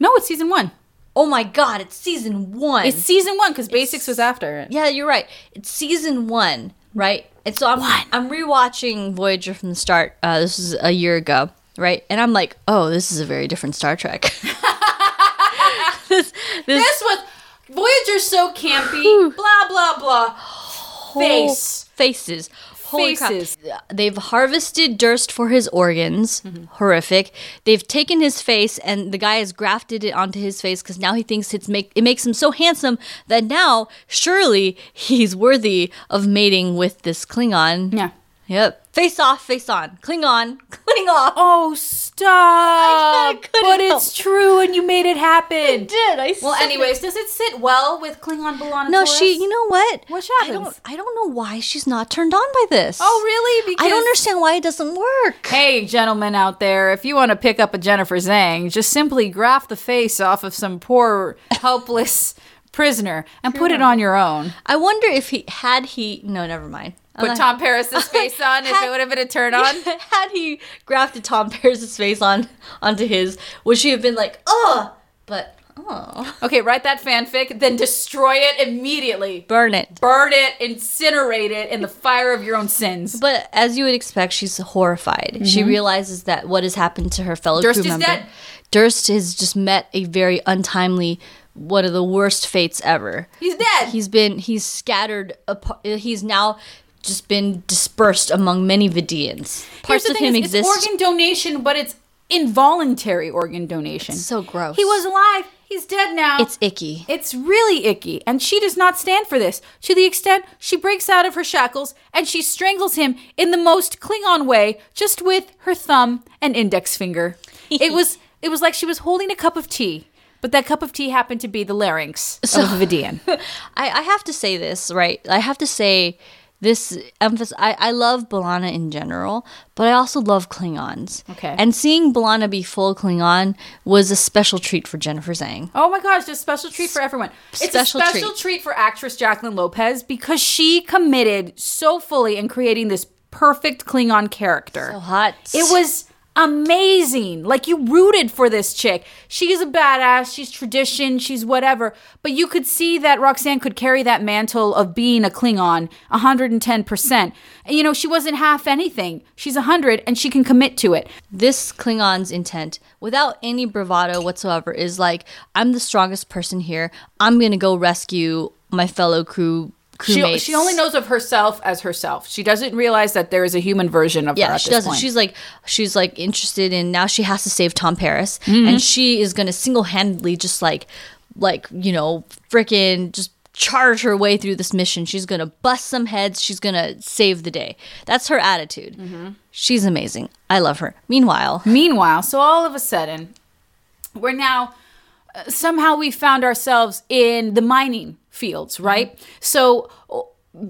[SPEAKER 3] no, it's season one.
[SPEAKER 2] Oh my god, it's season one.
[SPEAKER 3] It's season one because Basics was after it.
[SPEAKER 2] Yeah, you're right. It's season one, right? And so I'm I'm rewatching Voyager from the start. Uh, this was a year ago, right? And I'm like, oh, this is a very different Star Trek. this, this,
[SPEAKER 3] This was Voyager's so campy. blah blah blah. Oh. Face.
[SPEAKER 2] faces. Holy
[SPEAKER 3] Faces.
[SPEAKER 2] crap. They've harvested Durst for his organs.
[SPEAKER 3] Mm-hmm.
[SPEAKER 2] Horrific. They've taken his face and the guy has grafted it onto his face because now he thinks it's make it makes him so handsome that now surely he's worthy of mating with this Klingon.
[SPEAKER 3] Yeah.
[SPEAKER 2] Yep. Face off, face on. Klingon. Klingon.
[SPEAKER 3] Oh stop!
[SPEAKER 2] I couldn't
[SPEAKER 3] But it's true, and you made it happen.
[SPEAKER 2] did. I
[SPEAKER 3] Well, anyways, does it sit well with Klingon Belana?
[SPEAKER 2] No, she, you know what?
[SPEAKER 3] What
[SPEAKER 2] I don't
[SPEAKER 3] happens?
[SPEAKER 2] I don't know why she's not turned on by this.
[SPEAKER 3] Oh really? Because
[SPEAKER 2] I don't understand why it doesn't work.
[SPEAKER 3] Hey, gentlemen out there, if you want to pick up a Jennifer Zhang, just simply graft the face off of some poor, helpless prisoner and put it on your own.
[SPEAKER 2] I wonder if he had he no, never mind. I'm
[SPEAKER 3] Put
[SPEAKER 2] not-
[SPEAKER 3] Tom Paris's face on if it would have been a turn on.
[SPEAKER 2] had he grafted Tom Paris's face on onto his, would she have been like, "Oh, but oh,
[SPEAKER 3] Okay, write that fanfic, then destroy it immediately.
[SPEAKER 2] burn it."
[SPEAKER 3] Burn it, incinerate it in the fire of your own sins.
[SPEAKER 2] But as you would expect, she's horrified. She realizes that what has happened to her fellow
[SPEAKER 3] Mm-hmm. Durst
[SPEAKER 2] crew
[SPEAKER 3] is
[SPEAKER 2] member.
[SPEAKER 3] dead.
[SPEAKER 2] Durst has just met a very untimely, one of the worst fates ever.
[SPEAKER 3] He's dead.
[SPEAKER 2] He's been he's scattered. apa- He's now just been dispersed among many Vidians.
[SPEAKER 3] Here's
[SPEAKER 2] Parts
[SPEAKER 3] the
[SPEAKER 2] of him
[SPEAKER 3] thing is, it's
[SPEAKER 2] exist.
[SPEAKER 3] organ donation, but it's involuntary organ donation.
[SPEAKER 2] so gross.
[SPEAKER 3] He was alive. He's dead now.
[SPEAKER 2] It's icky.
[SPEAKER 3] It's really icky, and she does not stand for this. To the extent she breaks out of her shackles and she strangles him in the most Klingon way, just with her thumb and index finger. it was it was like she was holding a cup of tea, but that cup of tea happened to be the larynx of a Vidian.
[SPEAKER 2] I, I have to say this, right? I have to say this emphasis. I, I love Balana in general, but I also love Klingons.
[SPEAKER 3] Okay.
[SPEAKER 2] And seeing Balana be full Klingon was a special treat for Jennifer Zhang.
[SPEAKER 3] oh my gosh, just special treat for everyone. It's
[SPEAKER 2] special
[SPEAKER 3] a special
[SPEAKER 2] treat.
[SPEAKER 3] treat. for actress Jacqueline Lopez because she committed so fully in creating this perfect Klingon character.
[SPEAKER 2] So hot.
[SPEAKER 3] It was amazing. Like you rooted for this chick. She's a badass, she's tradition, she's whatever. But you could see that Roxanne could carry that mantle of being a Klingon 110%. You know, she wasn't half anything. She's 100 and she can commit to it.
[SPEAKER 2] This Klingon's intent, without any bravado whatsoever, is like, I'm the strongest person here. I'm going to go rescue my fellow crew.
[SPEAKER 3] She,
[SPEAKER 2] crewmates."
[SPEAKER 3] she only knows of herself as herself. She doesn't realize that there is a human version of her
[SPEAKER 2] Yeah,
[SPEAKER 3] at
[SPEAKER 2] she
[SPEAKER 3] this
[SPEAKER 2] doesn't.
[SPEAKER 3] point.
[SPEAKER 2] She's like she's like interested in now she has to save Tom Paris
[SPEAKER 3] Mm-hmm.
[SPEAKER 2] and she is going to single-handedly just like like, you know, freaking just charge her way through this mission. She's going to bust some heads. She's going to save the day. That's her attitude.
[SPEAKER 3] Mm-hmm.
[SPEAKER 2] She's amazing. I love her. Meanwhile,
[SPEAKER 3] Meanwhile, so all of a sudden, we're now uh, somehow we found ourselves in the mining fields, right? So o-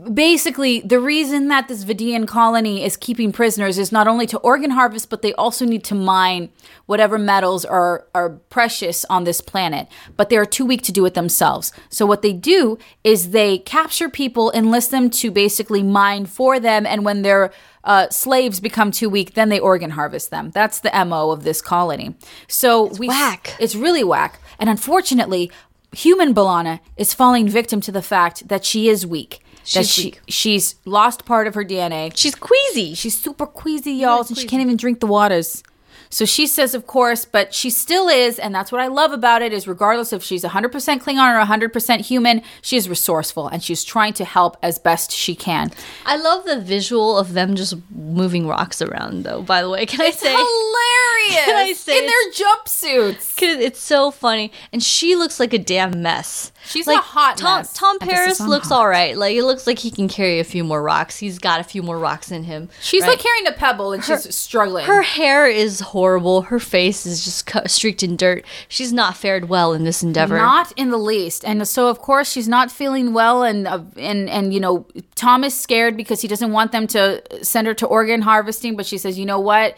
[SPEAKER 3] basically, the reason that this Vidian colony is keeping prisoners is not only to organ harvest, but they also need to mine whatever metals are are precious on this planet. But they are too weak to do it themselves. So what they do is they capture people, enlist them to basically mine for them, and when their uh, slaves become too weak, then they organ harvest them. That's the mo of this colony. So we
[SPEAKER 2] whack.
[SPEAKER 3] it's really whack. And unfortunately, human Balana is falling victim to the fact that she is weak. that
[SPEAKER 2] She's
[SPEAKER 3] she
[SPEAKER 2] weak.
[SPEAKER 3] she's lost part of her DNA.
[SPEAKER 2] she's queasy. She
[SPEAKER 3] She's super queasy, y'all, and she can't even drink the waters. So she says, of course, but she still is, and that's what I love about it, is regardless if she's 100% Klingon or 100% human, she is resourceful, and she's trying to help as best she can.
[SPEAKER 2] I love the visual of them just moving rocks around though. By the way, can I say
[SPEAKER 3] Hilarious!
[SPEAKER 2] Can I say
[SPEAKER 3] In their jumpsuits!
[SPEAKER 2] 'Cause it's so funny, and she looks like a damn mess.
[SPEAKER 3] She's
[SPEAKER 2] like
[SPEAKER 3] a hot
[SPEAKER 2] Tom.
[SPEAKER 3] mess.
[SPEAKER 2] Tom
[SPEAKER 3] Emphasis
[SPEAKER 2] Paris
[SPEAKER 3] on
[SPEAKER 2] looks
[SPEAKER 3] hot.
[SPEAKER 2] all right. Like it looks like he can carry a few more rocks. He's got a few more rocks in him.
[SPEAKER 3] She's
[SPEAKER 2] right?
[SPEAKER 3] like carrying a pebble, and she's struggling.
[SPEAKER 2] her hair is horrible. Her face is just cut, streaked in dirt. She's not fared well in this endeavor.
[SPEAKER 3] Not in the least. And so, of course, she's not feeling well, and uh, and and you know, Tom is scared because he doesn't want them to send her to organ harvesting. But she says, you know what?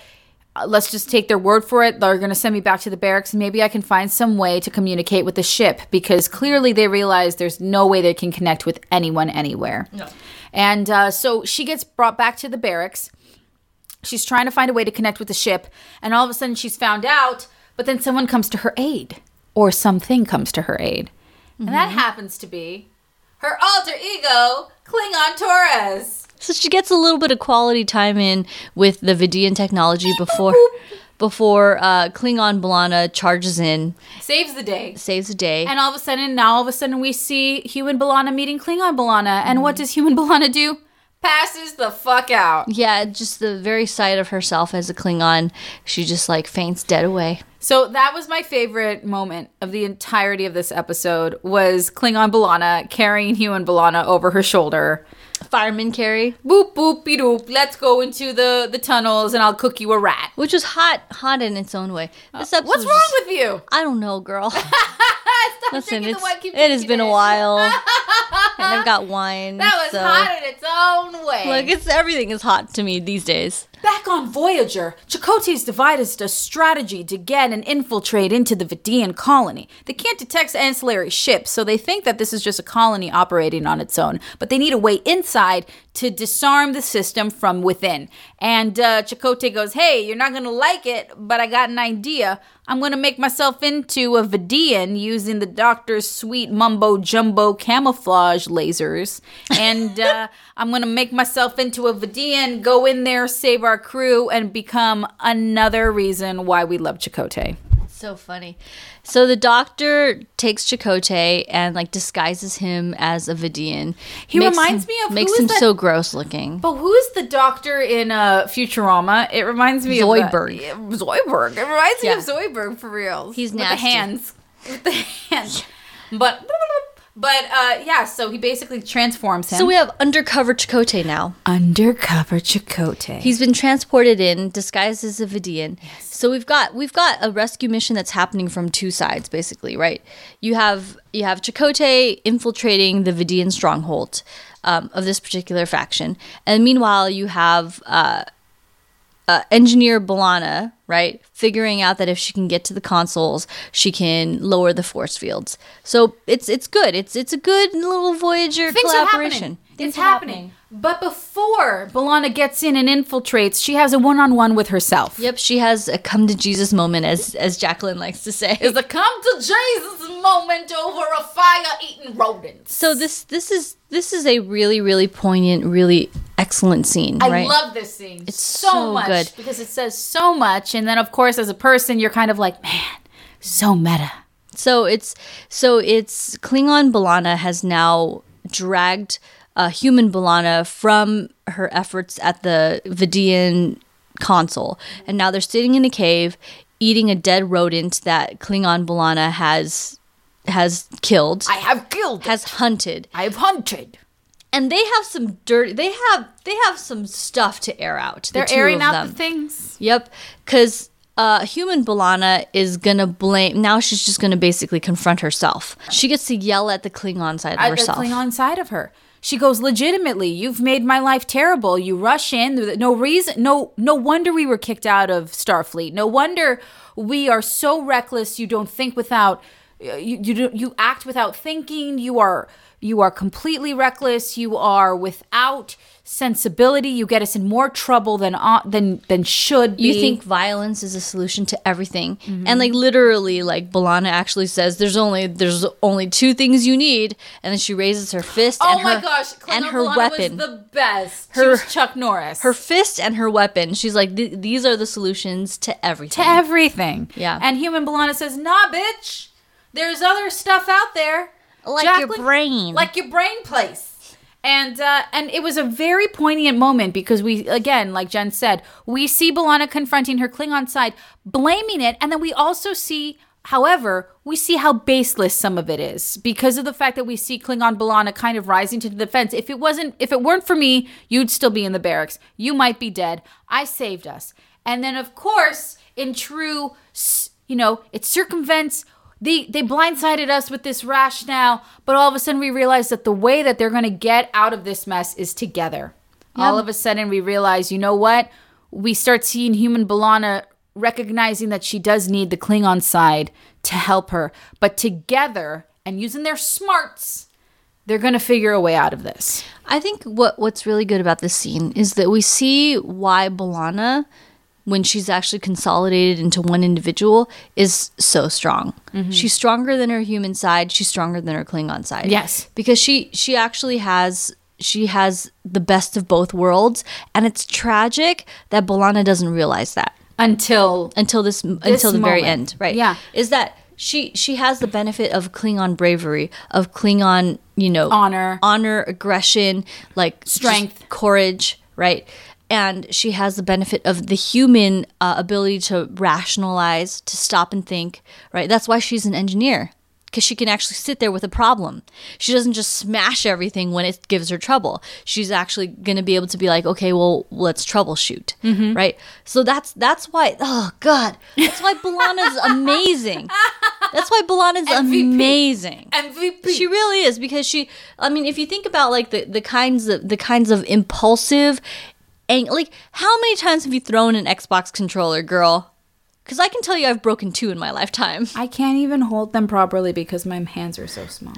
[SPEAKER 3] Uh, Let's just take their word for it. They're going to send me back to the barracks, and maybe I can find some way to communicate with the ship because clearly they realize there's no way they can connect with anyone anywhere. No. And uh, so she gets brought back to the barracks she's trying to find a way to connect with the ship and all of a sudden she's found out but then someone comes to her aid or something comes to her aid and that happens to be her alter ego klingon torres
[SPEAKER 2] So she gets a little bit of quality time in with the Vidian technology before before uh, Klingon Balana charges in,
[SPEAKER 3] saves the day
[SPEAKER 2] saves the day.
[SPEAKER 3] and all of a sudden now all of a sudden we see human balana meeting klingon balana and what does human balana do passes the fuck out
[SPEAKER 2] yeah, just the very sight of herself as a Klingon, she just like faints dead away.
[SPEAKER 3] So that was my favorite moment of the entirety of this episode was Klingon Balana carrying human Balana over her shoulder.
[SPEAKER 2] Fireman carry,
[SPEAKER 3] boop boop be doop let's go into the the tunnels and i'll cook you a rat
[SPEAKER 2] which was hot, hot in its own way. This episode
[SPEAKER 3] Uh, what's
[SPEAKER 2] was
[SPEAKER 3] wrong
[SPEAKER 2] just-
[SPEAKER 3] with you
[SPEAKER 2] I don't know, girl.
[SPEAKER 3] Stop
[SPEAKER 2] Listen,
[SPEAKER 3] drinking the
[SPEAKER 2] it's,
[SPEAKER 3] wine, keep
[SPEAKER 2] it has
[SPEAKER 3] drinking
[SPEAKER 2] been a
[SPEAKER 3] it.
[SPEAKER 2] while, and I've got wine.
[SPEAKER 3] that was
[SPEAKER 2] so-
[SPEAKER 3] hot in its own way
[SPEAKER 2] Look, it's everything is hot to me these days.
[SPEAKER 3] back on voyager chakotay's devised a strategy to get and infiltrate into the vidian colony they can't detect ancillary ships so they think that this is just a colony operating on its own but they need a way inside to disarm the system from within and uh, chakotay goes hey you're not gonna like it but i got an idea I'm going to make myself into a Vidian using the doctor's sweet mumbo jumbo camouflage lasers. And uh, I'm going to make myself into a Vidian, go in there, save our crew, and become another reason why we love Chakotay.
[SPEAKER 2] So funny. So the doctor takes Chakotay and like disguises him as a Vidian.
[SPEAKER 3] He reminds me of-
[SPEAKER 2] makes
[SPEAKER 3] who is
[SPEAKER 2] him
[SPEAKER 3] that-
[SPEAKER 2] so gross looking.
[SPEAKER 3] But who is the doctor in uh, Futurama? It reminds me of.
[SPEAKER 2] Zoidberg.
[SPEAKER 3] that- Zoidberg. It reminds me
[SPEAKER 2] Yeah.
[SPEAKER 3] of Zoidberg for real.
[SPEAKER 2] He's
[SPEAKER 3] With
[SPEAKER 2] nasty.
[SPEAKER 3] the hands. With the hands. But. But uh, yeah, so he basically transforms him.
[SPEAKER 2] So we have undercover Chakotay now.
[SPEAKER 3] undercover Chakotay.
[SPEAKER 2] He's been transported in disguised as a Vidian. So we've got we've got a rescue mission that's happening from two sides basically, right? You have you have Chakotay infiltrating the Vidian stronghold um, of this particular faction, and meanwhile you have uh, uh, engineer Balana, right, figuring out that if she can get to the consoles, she can lower the force fields. So it's it's good. It's it's a good little Voyager
[SPEAKER 3] Things are happening.
[SPEAKER 2] collaboration.
[SPEAKER 3] It's happening. But before Balana gets in and infiltrates, she has a one on one with herself.
[SPEAKER 2] Yep, she has a come to Jesus moment, as as Jacqueline likes to say.
[SPEAKER 3] It's a come to Jesus moment over a fire eating rodent.
[SPEAKER 2] So this this is this is a really really poignant, really excellent scene.
[SPEAKER 3] I
[SPEAKER 2] right?
[SPEAKER 3] love this scene. It's so,
[SPEAKER 2] so
[SPEAKER 3] much
[SPEAKER 2] good.
[SPEAKER 3] because it says so much. And then, of course, as a person, you're kind of like, man, so meta.
[SPEAKER 2] So it's so it's Klingon Balana has now dragged uh, human Balana from her efforts at the Vidian console, and now they're sitting in a cave eating a dead rodent that Klingon Balana has has killed,
[SPEAKER 3] I have killed.
[SPEAKER 2] has hunted,
[SPEAKER 3] I've hunted.
[SPEAKER 2] and they have some dirt. They have they have some stuff to air out. the
[SPEAKER 3] They're
[SPEAKER 2] two
[SPEAKER 3] airing
[SPEAKER 2] of
[SPEAKER 3] out
[SPEAKER 2] them.
[SPEAKER 3] the things.
[SPEAKER 2] Yep, because uh, human Balana is gonna blame. Now she's just gonna basically confront herself. She gets to yell at the Klingon side of
[SPEAKER 3] at
[SPEAKER 2] herself.
[SPEAKER 3] the Klingon side of her. She goes, legitimately, you've made my life terrible. You rush in, with no reason, no, no wonder we were kicked out of Starfleet. No wonder we are so reckless. You don't think without, uh, you you don't- you act without thinking. You are you are completely reckless. You are without sensibility. You get us in more trouble than ought- than than should be.
[SPEAKER 2] you think violence is a solution to everything,
[SPEAKER 3] Mm-hmm.
[SPEAKER 2] and like literally, like Balana actually says, "There's only there's only two things you need," and then she raises her fist.
[SPEAKER 3] Oh
[SPEAKER 2] and
[SPEAKER 3] my
[SPEAKER 2] her,
[SPEAKER 3] gosh! Klingon
[SPEAKER 2] and her
[SPEAKER 3] B'Elanna
[SPEAKER 2] weapon,
[SPEAKER 3] was the best. She
[SPEAKER 2] Her-
[SPEAKER 3] was Chuck Norris.
[SPEAKER 2] her fist and her weapon. She's like, "Th- "These are the solutions to everything."
[SPEAKER 3] to everything.
[SPEAKER 2] Yeah.
[SPEAKER 3] And human Belana says, nah, bitch. There's other stuff out there.
[SPEAKER 2] Like your brain.
[SPEAKER 3] Like your brain place. And uh, and it was a very poignant moment because we again, like Jen said, we see Belana confronting her Klingon side, blaming it, and then we also see However, we see how baseless some of it is because of the fact that we see Klingon Belana kind of rising to the defense. If it wasn't, if it weren't for me, you'd still be in the barracks. You might be dead. I saved us. And then, of course, in true, s- you know, it circumvents. They they blindsided us with this rationale, but all of a sudden we realize that the way that they're going to get out of this mess is together. All of a sudden we realize, you know what? We start seeing human Balana recognizing that she does need the Klingon side to help her, but together and using their smarts, they're going to figure a way out of this.
[SPEAKER 2] I think what what's really good about this scene is that we see why Balana, when she's actually consolidated into one individual, is so strong.
[SPEAKER 3] Mm-hmm.
[SPEAKER 2] She's stronger than her human side. She's stronger than her Klingon side.
[SPEAKER 3] Yes.
[SPEAKER 2] because she she actually has she has the best of both worlds, and it's tragic that Balana doesn't realize that
[SPEAKER 3] Until
[SPEAKER 2] until this, until the very
[SPEAKER 3] moment.
[SPEAKER 2] end, right?
[SPEAKER 3] Yeah.
[SPEAKER 2] is that she she has the benefit of Klingon bravery, of Klingon, you know,
[SPEAKER 3] Honor.
[SPEAKER 2] honor, aggression, like just
[SPEAKER 3] Strength.
[SPEAKER 2] courage, right? And she has the benefit of the human uh, ability to rationalize, to stop and think, right? That's why she's an engineer because she can actually sit there with a problem. She doesn't just smash everything when it gives her trouble. She's actually going to be able to be like, okay, well, let's troubleshoot, right? So that's that's why. Oh God, that's why Balana's amazing. That's why Balana's amazing.
[SPEAKER 3] MVP.
[SPEAKER 2] She really is because she. I mean, if you think about like the the kinds of the kinds of impulsive, and like how many times have you thrown an Xbox controller, girl? Because I can tell you, I've broken two in my lifetime.
[SPEAKER 3] I can't even hold them properly because my hands are so small.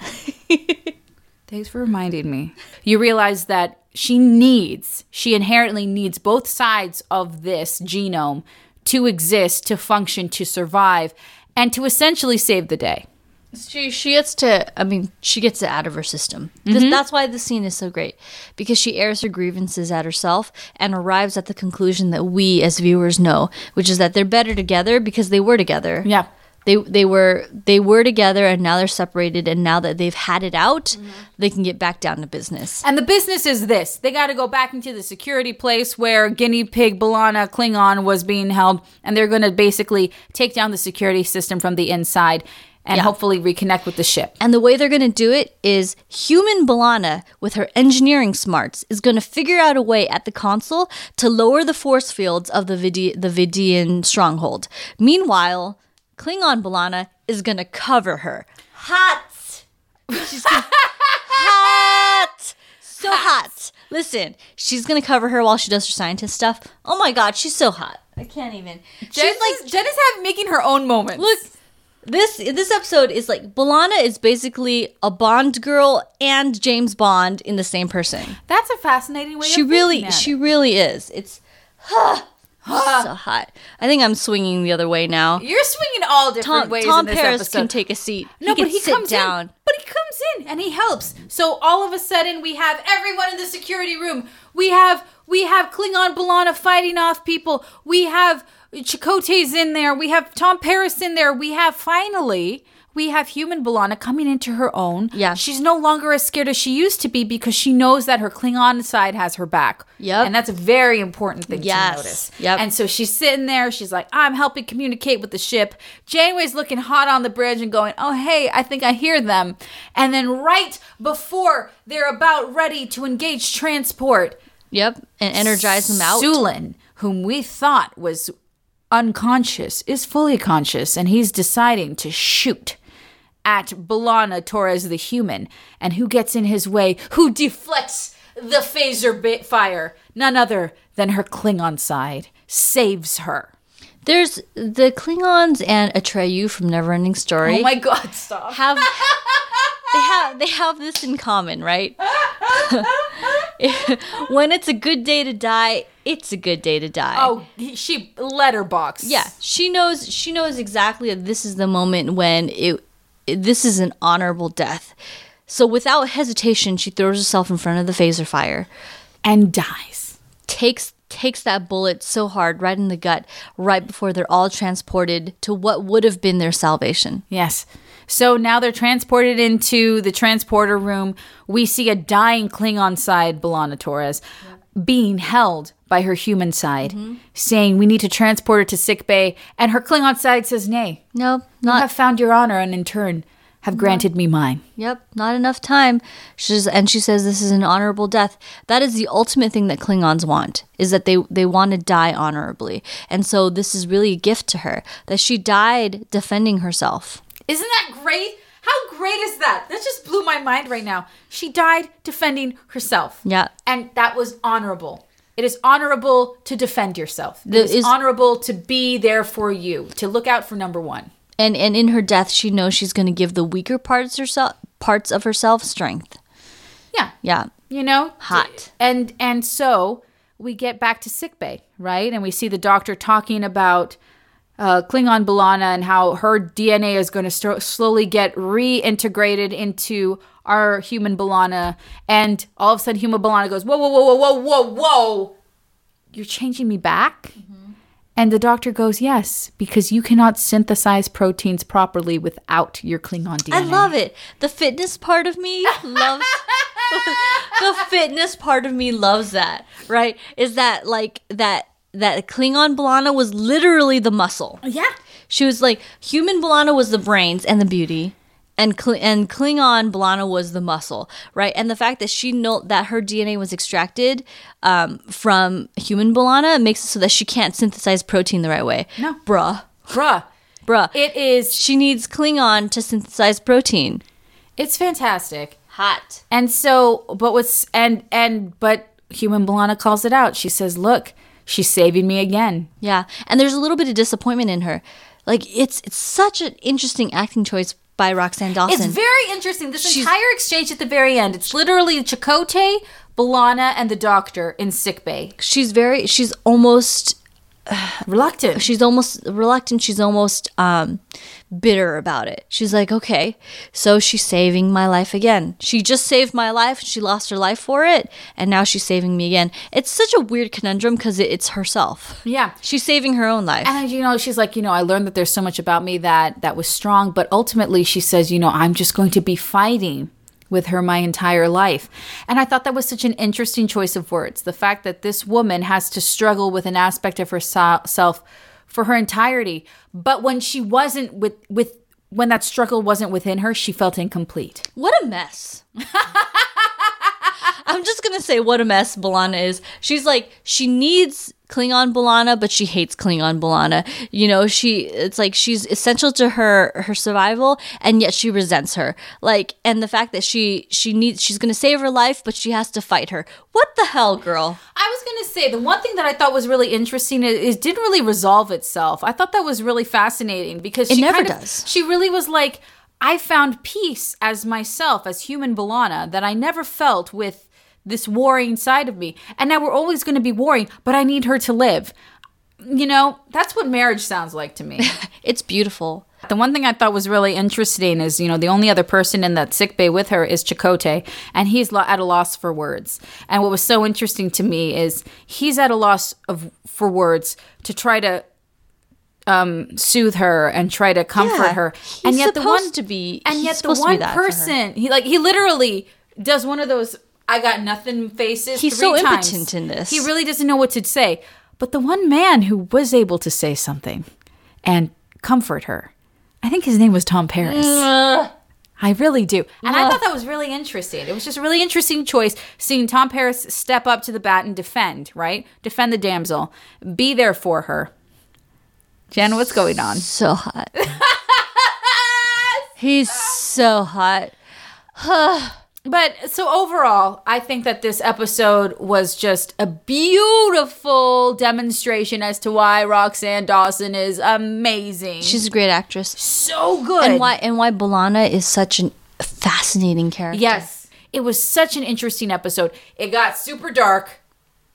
[SPEAKER 3] Thanks for reminding me. You realize that she needs, she inherently needs both sides of this genome to exist, to function, to survive, and to essentially save the day.
[SPEAKER 2] She she gets to. I mean, she gets it out of her system. This, that's why this scene is so great because she airs her grievances at herself and arrives at the conclusion that we as viewers know, which is that they're better together because they were together.
[SPEAKER 3] Yeah.
[SPEAKER 2] they they were they were together and now they're separated and now that they've had it out they can get back down to business
[SPEAKER 3] And the business is this they got to go back into the security place where guinea pig, Balana, Klingon was being held, and they're going to basically take down the security system from the inside and hopefully reconnect with the ship.
[SPEAKER 2] and the way they're going to do it is human Balana, with her engineering smarts, is going to figure out a way at the console to lower the force fields of the, Vidi- the Vidian stronghold. Meanwhile, Klingon Balana is going to cover her. Hot! She's gonna- hot! So hot. Listen, she's going to cover her while she does her scientist stuff. Oh my god, she's so hot. I can't even. She's
[SPEAKER 3] Jen
[SPEAKER 2] like
[SPEAKER 3] is, Jen is having making her own moments.
[SPEAKER 2] Look, This this episode is like Balana is basically a Bond girl and James Bond in the same person.
[SPEAKER 3] That's a fascinating way.
[SPEAKER 2] She
[SPEAKER 3] of
[SPEAKER 2] really
[SPEAKER 3] looking at
[SPEAKER 2] she really is. It's so hot. I think I'm swinging the other way now.
[SPEAKER 3] it. You're swinging all different
[SPEAKER 2] Tom,
[SPEAKER 3] ways
[SPEAKER 2] Tom
[SPEAKER 3] in this
[SPEAKER 2] Paris
[SPEAKER 3] episode.
[SPEAKER 2] can take a seat.
[SPEAKER 3] no,
[SPEAKER 2] can
[SPEAKER 3] but he
[SPEAKER 2] sit
[SPEAKER 3] comes
[SPEAKER 2] down.
[SPEAKER 3] in. But he comes in and he helps. So all of a sudden, we have everyone in the security room. We have we have Klingon Balana fighting off people. We have Chakotay's in there. We have Tom Paris in there. We have finally. We have human Balana coming into her own.
[SPEAKER 2] Yeah.
[SPEAKER 3] She's no longer as scared as she used to be because she knows that her Klingon side has her back.
[SPEAKER 2] Yep.
[SPEAKER 3] And that's a very important thing
[SPEAKER 2] Yes.
[SPEAKER 3] to notice.
[SPEAKER 2] Yep.
[SPEAKER 3] And so she's sitting there. She's like, I'm helping communicate with the ship. Janeway's looking "Oh hot on the bridge and going, Oh, hey, I think I hear them. And then right before they're about ready to engage transport,
[SPEAKER 2] Yep, and energize them out.
[SPEAKER 3] Sulin, whom we thought was unconscious, is fully conscious, and he's deciding to shoot at Balana Torres the human. And who gets in his way? Who deflects the phaser bit fire? None other than her Klingon side. Saves her.
[SPEAKER 2] There's the Klingons and Atreyu from Neverending Story.
[SPEAKER 3] Oh my god, stop.
[SPEAKER 2] have they have they have this in common, right? when it's a good day to die, it's a good day to die.
[SPEAKER 3] Oh, he- she letterbox.
[SPEAKER 2] yeah, she knows she knows exactly that this is the moment when it, it- this is an honorable death. So without hesitation, she throws herself in front of the phaser fire,
[SPEAKER 3] And dies.
[SPEAKER 2] takes takes that bullet so hard right in the gut right before they're all transported to what would have been their salvation.
[SPEAKER 3] Yes. So now they're transported into the transporter room. We see a dying Klingon side, Belana Torres, being held by her human side, saying, We need to transport her to sick bay. And her Klingon side says, Nay,
[SPEAKER 2] No,
[SPEAKER 3] I
[SPEAKER 2] not
[SPEAKER 3] have found your honor and in turn have granted me mine.
[SPEAKER 2] Yep, not enough time. She's and she says this is an honorable death. That is the ultimate thing that Klingons want is that they they want to die honorably. And so this is really a gift to her that she died defending herself.
[SPEAKER 3] Isn't that great? How great is that? That just blew my mind right now. She died defending herself.
[SPEAKER 2] Yeah.
[SPEAKER 3] And that was honorable. It is honorable to defend yourself. It
[SPEAKER 2] There
[SPEAKER 3] is,
[SPEAKER 2] is-
[SPEAKER 3] honorable to be there for you, to look out for number one.
[SPEAKER 2] And and in her death she knows she's going to give the weaker parts herself parts of herself strength.
[SPEAKER 3] Yeah.
[SPEAKER 2] Yeah.
[SPEAKER 3] You know?
[SPEAKER 2] Hot.
[SPEAKER 3] And and so we get back to sickbay, right? And we see the doctor talking about uh, Klingon Balana and how her DNA is going to st- slowly get reintegrated into our human Balana. And all of a sudden, human Balana goes, whoa, whoa, whoa, whoa, whoa, whoa, whoa. You're changing me back? And the doctor goes, yes, because you cannot synthesize proteins properly without your Klingon DNA.
[SPEAKER 2] I love it. The fitness part of me loves the fitness part of me loves that. Right? Is that like that that Klingon Blana was literally the muscle.
[SPEAKER 3] Yeah.
[SPEAKER 2] She was like human Blana was the brains and the beauty. And, Kl- and Klingon Blana was the muscle, right? And the fact that she know that her DNA was extracted um, from human Blana makes it so that she can't synthesize protein the right way.
[SPEAKER 3] No.
[SPEAKER 2] bruh,
[SPEAKER 3] Bruh.
[SPEAKER 2] bruh.
[SPEAKER 3] It is
[SPEAKER 2] she needs Klingon to synthesize protein.
[SPEAKER 3] It's fantastic.
[SPEAKER 2] Hot.
[SPEAKER 3] And so, but what's and and but human Balana calls it out. She says, "Look, she's saving me again."
[SPEAKER 2] Yeah, and there's a little bit of disappointment in her. Like it's it's such an interesting acting choice by Roxanne Dawson.
[SPEAKER 3] It's very interesting. This
[SPEAKER 2] She's-
[SPEAKER 3] entire exchange at the very end. It's literally Chakotay, Balana, and the doctor in sickbay.
[SPEAKER 2] she's very she's almost
[SPEAKER 3] Reluctant.
[SPEAKER 2] she's almost reluctant. She's almost um, bitter about it. She's like, okay, so she's saving my life again. She just saved my life. She lost her life for it, and now she's saving me again. It's such a weird conundrum because it, it's herself.
[SPEAKER 3] Yeah.
[SPEAKER 2] She's saving her own life.
[SPEAKER 3] And you know, she's like, you know, I learned that there's so much about me that that was strong, but ultimately she says, you know, I'm just going to be fighting with her my entire life. And I thought that was such an interesting choice of words. The fact that this woman has to struggle with an aspect of herself for her entirety, but when she wasn't with with when that struggle wasn't within her, she felt incomplete.
[SPEAKER 2] What a mess. I'm just gonna say what a mess Balana is. She's like she needs Klingon Balana, but she hates Klingon Balana. You know, she it's like she's essential to her her survival, and yet she resents her. Like, and the fact that she she needs she's gonna save her life, but she has to fight her. What the hell, girl?
[SPEAKER 3] I was going to say the one thing that I thought was really interesting is, is it didn't really resolve itself. I thought that was really fascinating because
[SPEAKER 2] It
[SPEAKER 3] she
[SPEAKER 2] never
[SPEAKER 3] kind of-
[SPEAKER 2] does.
[SPEAKER 3] she really was like, I found peace as myself, as human Balana, that I never felt with this warring side of me. And now we're always going to be warring, but I need her to live. You know, that's what marriage sounds like to me.
[SPEAKER 2] It's beautiful.
[SPEAKER 3] The one thing I thought was really interesting is, you know, the only other person in that sick bay with her is Chakotay, and he's lo- at a loss for words. And what was so interesting to me is he's at a loss of for words to try to um, soothe her and try to comfort
[SPEAKER 2] Yeah.
[SPEAKER 3] her.
[SPEAKER 2] He's
[SPEAKER 3] and yet the one
[SPEAKER 2] supposed to be-
[SPEAKER 3] and
[SPEAKER 2] he's
[SPEAKER 3] yet the
[SPEAKER 2] supposed to be
[SPEAKER 3] one
[SPEAKER 2] that for her.
[SPEAKER 3] person he like he literally does one of those I got nothing faces.
[SPEAKER 2] He's
[SPEAKER 3] three
[SPEAKER 2] so
[SPEAKER 3] times.
[SPEAKER 2] impotent in this.
[SPEAKER 3] He really doesn't know what to say. But the one man who was able to say something and comfort her, I think his name was Tom Paris.
[SPEAKER 2] Mm.
[SPEAKER 3] I really do. And I thought that was really interesting. It was just a really interesting choice seeing Tom Paris step up to the bat and defend, right? Defend the damsel, be there for her. Jen, what's going on?
[SPEAKER 2] So hot. He's so hot.
[SPEAKER 3] But so overall, I think that this episode was just a beautiful demonstration as to why Roxanne Dawson is amazing.
[SPEAKER 2] She's a great actress.
[SPEAKER 3] so good.
[SPEAKER 2] and why and why Bolana is such an fascinating character.
[SPEAKER 3] Yes. It was such an interesting episode. It got super dark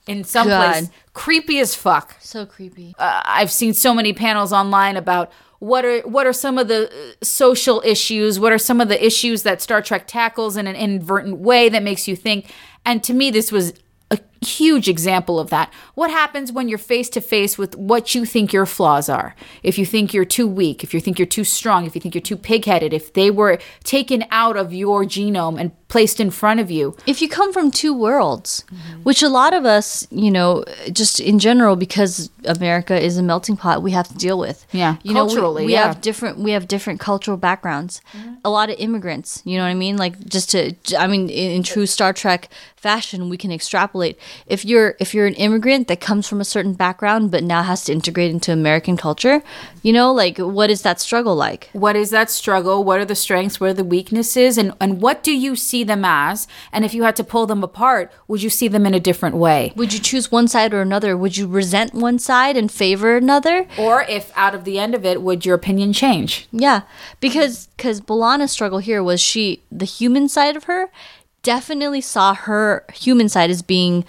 [SPEAKER 3] in some
[SPEAKER 2] God.
[SPEAKER 3] place, creepy as fuck.
[SPEAKER 2] So creepy.
[SPEAKER 3] uh, I've seen so many panels online about what are what are some of the uh, social issues, what are some of the issues that Star Trek tackles in an inadvertent way that makes you think. And to me, this was a huge example of that. What happens when you're face to face with what you think your flaws are? If you think you're too weak, if you think you're too strong, if you think you're too pigheaded, if they were taken out of your genome and placed in front of you,
[SPEAKER 2] If you come from two worlds,
[SPEAKER 3] Mm-hmm.
[SPEAKER 2] which a lot of us, you know, just in general, because America is a melting pot, we have to deal with.
[SPEAKER 3] Yeah.
[SPEAKER 2] you know, we-
[SPEAKER 3] Culturally,
[SPEAKER 2] we,
[SPEAKER 3] yeah. Mm-hmm.
[SPEAKER 2] have different we have different cultural backgrounds. A lot of immigrants, you know what I mean? Like just to, I mean, in, in true Star Trek fashion, we can extrapolate. If you're if you're an immigrant that comes from a certain background but now has to integrate into American culture, you know, like what is that struggle like?
[SPEAKER 3] what is that struggle what are the strengths what are the weaknesses and and what do you see them as and if you had to pull them apart would you see them in a different way
[SPEAKER 2] Would you choose one side or another? Would you resent one side and favor another?
[SPEAKER 3] or if out of the end of it would your opinion change
[SPEAKER 2] Yeah, because because Balana's struggle here was she the human side of her definitely saw her human side as being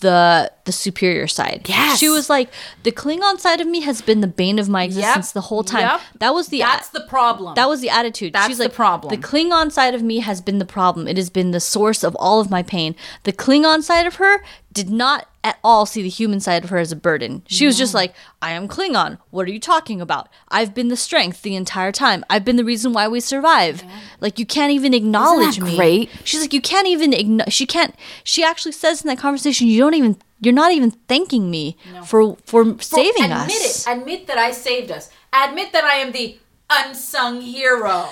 [SPEAKER 2] the the superior side.
[SPEAKER 3] Yes.
[SPEAKER 2] she was like the Klingon side of me has been the bane of my existence the whole time.
[SPEAKER 3] Yep.
[SPEAKER 2] That was the
[SPEAKER 3] that's the problem
[SPEAKER 2] that was the attitude.
[SPEAKER 3] That's
[SPEAKER 2] She's
[SPEAKER 3] the
[SPEAKER 2] like,
[SPEAKER 3] problem.
[SPEAKER 2] The Klingon side of me has been the problem. It has been the source of all of my pain. The Klingon side of her did not at all see the human side of her as a burden. She was just like, I am Klingon. What are you talking about? I've been the strength the entire time. I've been the reason why we survive. Like, you can't even acknowledge me.
[SPEAKER 3] great?
[SPEAKER 2] She's like, you can't even, igno- she can't, she actually says in that conversation, you don't even, you're not even thanking me for, for, saving
[SPEAKER 3] admit
[SPEAKER 2] us.
[SPEAKER 3] it admit that i saved us admit that i am the unsung hero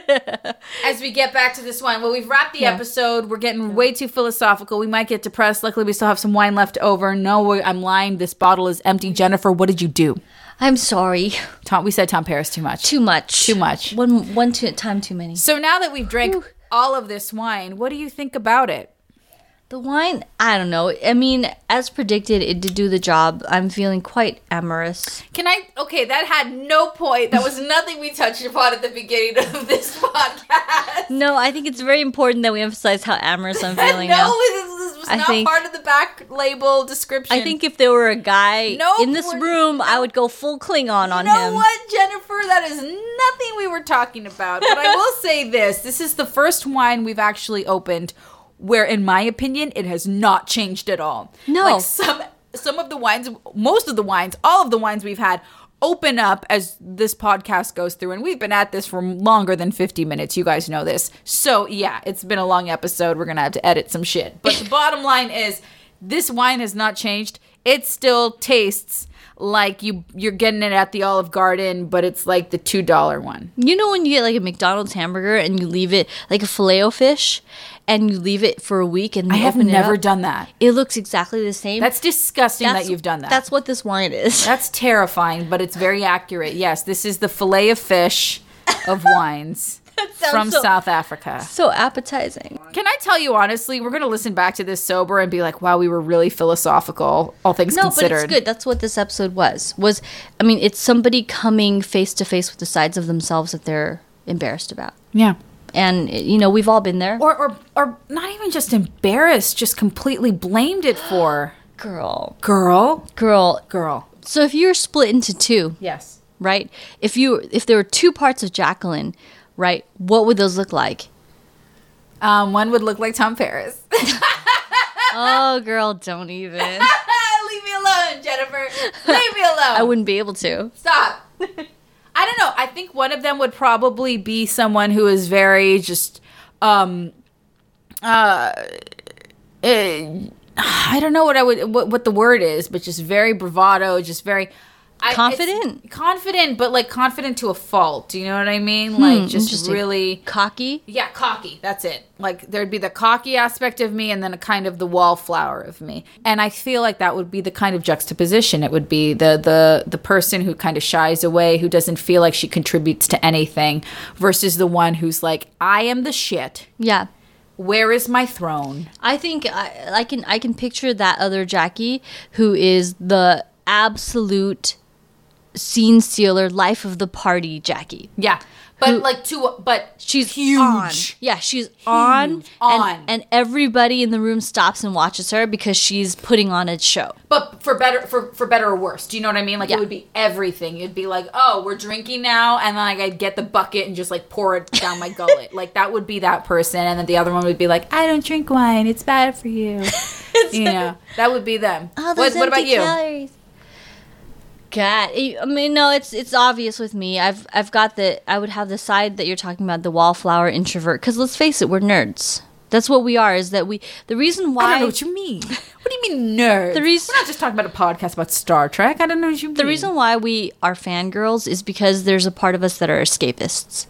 [SPEAKER 3] as we get back to this wine well we've wrapped the episode we're getting way too philosophical we might get depressed luckily we still have some wine left over no i'm lying this bottle is empty jennifer what did you do
[SPEAKER 2] I'm sorry.
[SPEAKER 3] Tom, we said Tom Paris too much.
[SPEAKER 2] Too much.
[SPEAKER 3] Too much.
[SPEAKER 2] One, one too, time too many.
[SPEAKER 3] So now that we've drank all of this wine, what do you think about it?
[SPEAKER 2] The wine, I don't know. I mean, as predicted, it did do the job. I'm feeling quite amorous.
[SPEAKER 3] Can I? Okay, that had no point. That was nothing we touched upon at the beginning of this podcast.
[SPEAKER 2] No, I think it's very important that we emphasize how amorous I'm
[SPEAKER 3] No,
[SPEAKER 2] feeling now.
[SPEAKER 3] this, this was
[SPEAKER 2] I
[SPEAKER 3] not
[SPEAKER 2] think-
[SPEAKER 3] part of the back label description.
[SPEAKER 2] I think if there were a guy
[SPEAKER 3] No
[SPEAKER 2] in this
[SPEAKER 3] one-
[SPEAKER 2] room, I would go full Klingon on
[SPEAKER 3] You know
[SPEAKER 2] him.
[SPEAKER 3] what, Jennifer? That is nothing we were talking about. But I will say this this is the first wine we've actually opened where, in my opinion, it has not changed at all.
[SPEAKER 2] No.
[SPEAKER 3] Like some, some of the wines, most of the wines, all of the wines we've had open up as this podcast goes through. And we've been at this for longer than 50 minutes. You guys know this. So, yeah, it's been a long episode. We're going to have to edit some shit. But the bottom line is this wine has not changed. It still tastes like you you're getting it at the Olive Garden, but it's like the two dollar one.
[SPEAKER 2] You know when you get like a McDonald's hamburger and you leave it like a filet fish and you leave it for a week and
[SPEAKER 3] I
[SPEAKER 2] you
[SPEAKER 3] have
[SPEAKER 2] open it
[SPEAKER 3] never
[SPEAKER 2] up,
[SPEAKER 3] done that.
[SPEAKER 2] It looks exactly the same.
[SPEAKER 3] That's disgusting
[SPEAKER 2] That's-
[SPEAKER 3] that you've done that.
[SPEAKER 2] That's what this wine is.
[SPEAKER 3] That's terrifying, but it's very accurate. Yes, this is the fillet of fish of wines
[SPEAKER 2] sounds
[SPEAKER 3] from
[SPEAKER 2] so-
[SPEAKER 3] South Africa.
[SPEAKER 2] so appetizing.
[SPEAKER 3] Can I tell you honestly, we're going to listen back to this sober and be like, wow, we were really philosophical, all things
[SPEAKER 2] No,
[SPEAKER 3] considered.
[SPEAKER 2] but it's good. That's what this episode was. Was I mean, it's somebody coming face to face with the sides of themselves that they're embarrassed about.
[SPEAKER 3] Yeah.
[SPEAKER 2] And you know, we've all been there.
[SPEAKER 3] Or, or, or not even just embarrassed, just completely blamed it for.
[SPEAKER 2] girl,
[SPEAKER 3] Girl?
[SPEAKER 2] girl.
[SPEAKER 3] Girl.
[SPEAKER 2] So if you're split into two,
[SPEAKER 3] Yes.
[SPEAKER 2] right? If you if there were two parts of Jacqueline, right? What would those look like?
[SPEAKER 3] Um, one would look like Tom Paris.
[SPEAKER 2] oh, girl, don't even.
[SPEAKER 3] Leave me alone, Jennifer. Leave me alone.
[SPEAKER 2] I wouldn't be able to.
[SPEAKER 3] Stop. I don't know. I think one of them would probably be someone who is very just um uh eh, I don't know what I would what, what the word is, but just very bravado, just very I, it's
[SPEAKER 2] Confident?
[SPEAKER 3] confident, but like confident to a fault. Do you know what I mean? like just
[SPEAKER 2] interesting.
[SPEAKER 3] really
[SPEAKER 2] Cocky.
[SPEAKER 3] yeah, cocky. That's it. Like there'd be the cocky aspect of me and then a kind of the wallflower of me. And I feel like that would be the kind of juxtaposition. It would be the the the person who kind of shies away, who doesn't feel like she contributes to anything versus the one who's like, "I am the shit.
[SPEAKER 2] Yeah.
[SPEAKER 3] Where is my throne?"
[SPEAKER 2] I think I, I can I can picture that other Jackie who is the absolute scene stealer, life of the party Jackie.
[SPEAKER 3] Yeah. But like to but
[SPEAKER 2] She's
[SPEAKER 3] huge.
[SPEAKER 2] on. Yeah, she's on, and,
[SPEAKER 3] On.
[SPEAKER 2] and everybody in the room stops and watches her because she's putting on a show.
[SPEAKER 3] but for better for for better or worse do you know what i mean like
[SPEAKER 2] Yeah.
[SPEAKER 3] it would be everything it'd be like oh we're drinking now and then like i'd get the bucket and just like pour it down my gullet like that would be that person and then the other one would be like i don't drink wine it's bad for you you know that would be them what, what about you
[SPEAKER 2] God, I I mean, no, it's it's obvious with me. I've I've got the I would have the side that you're talking about, the wallflower introvert. Because let's face it, we're nerds. That's what we are. Is that we the reason why
[SPEAKER 3] i don't know what you mean what do you mean nerd
[SPEAKER 2] The reason-
[SPEAKER 3] we're not just talking about a podcast about star trek i don't know what you mean
[SPEAKER 2] the reason why we are fangirls is because there's a part of us that are escapists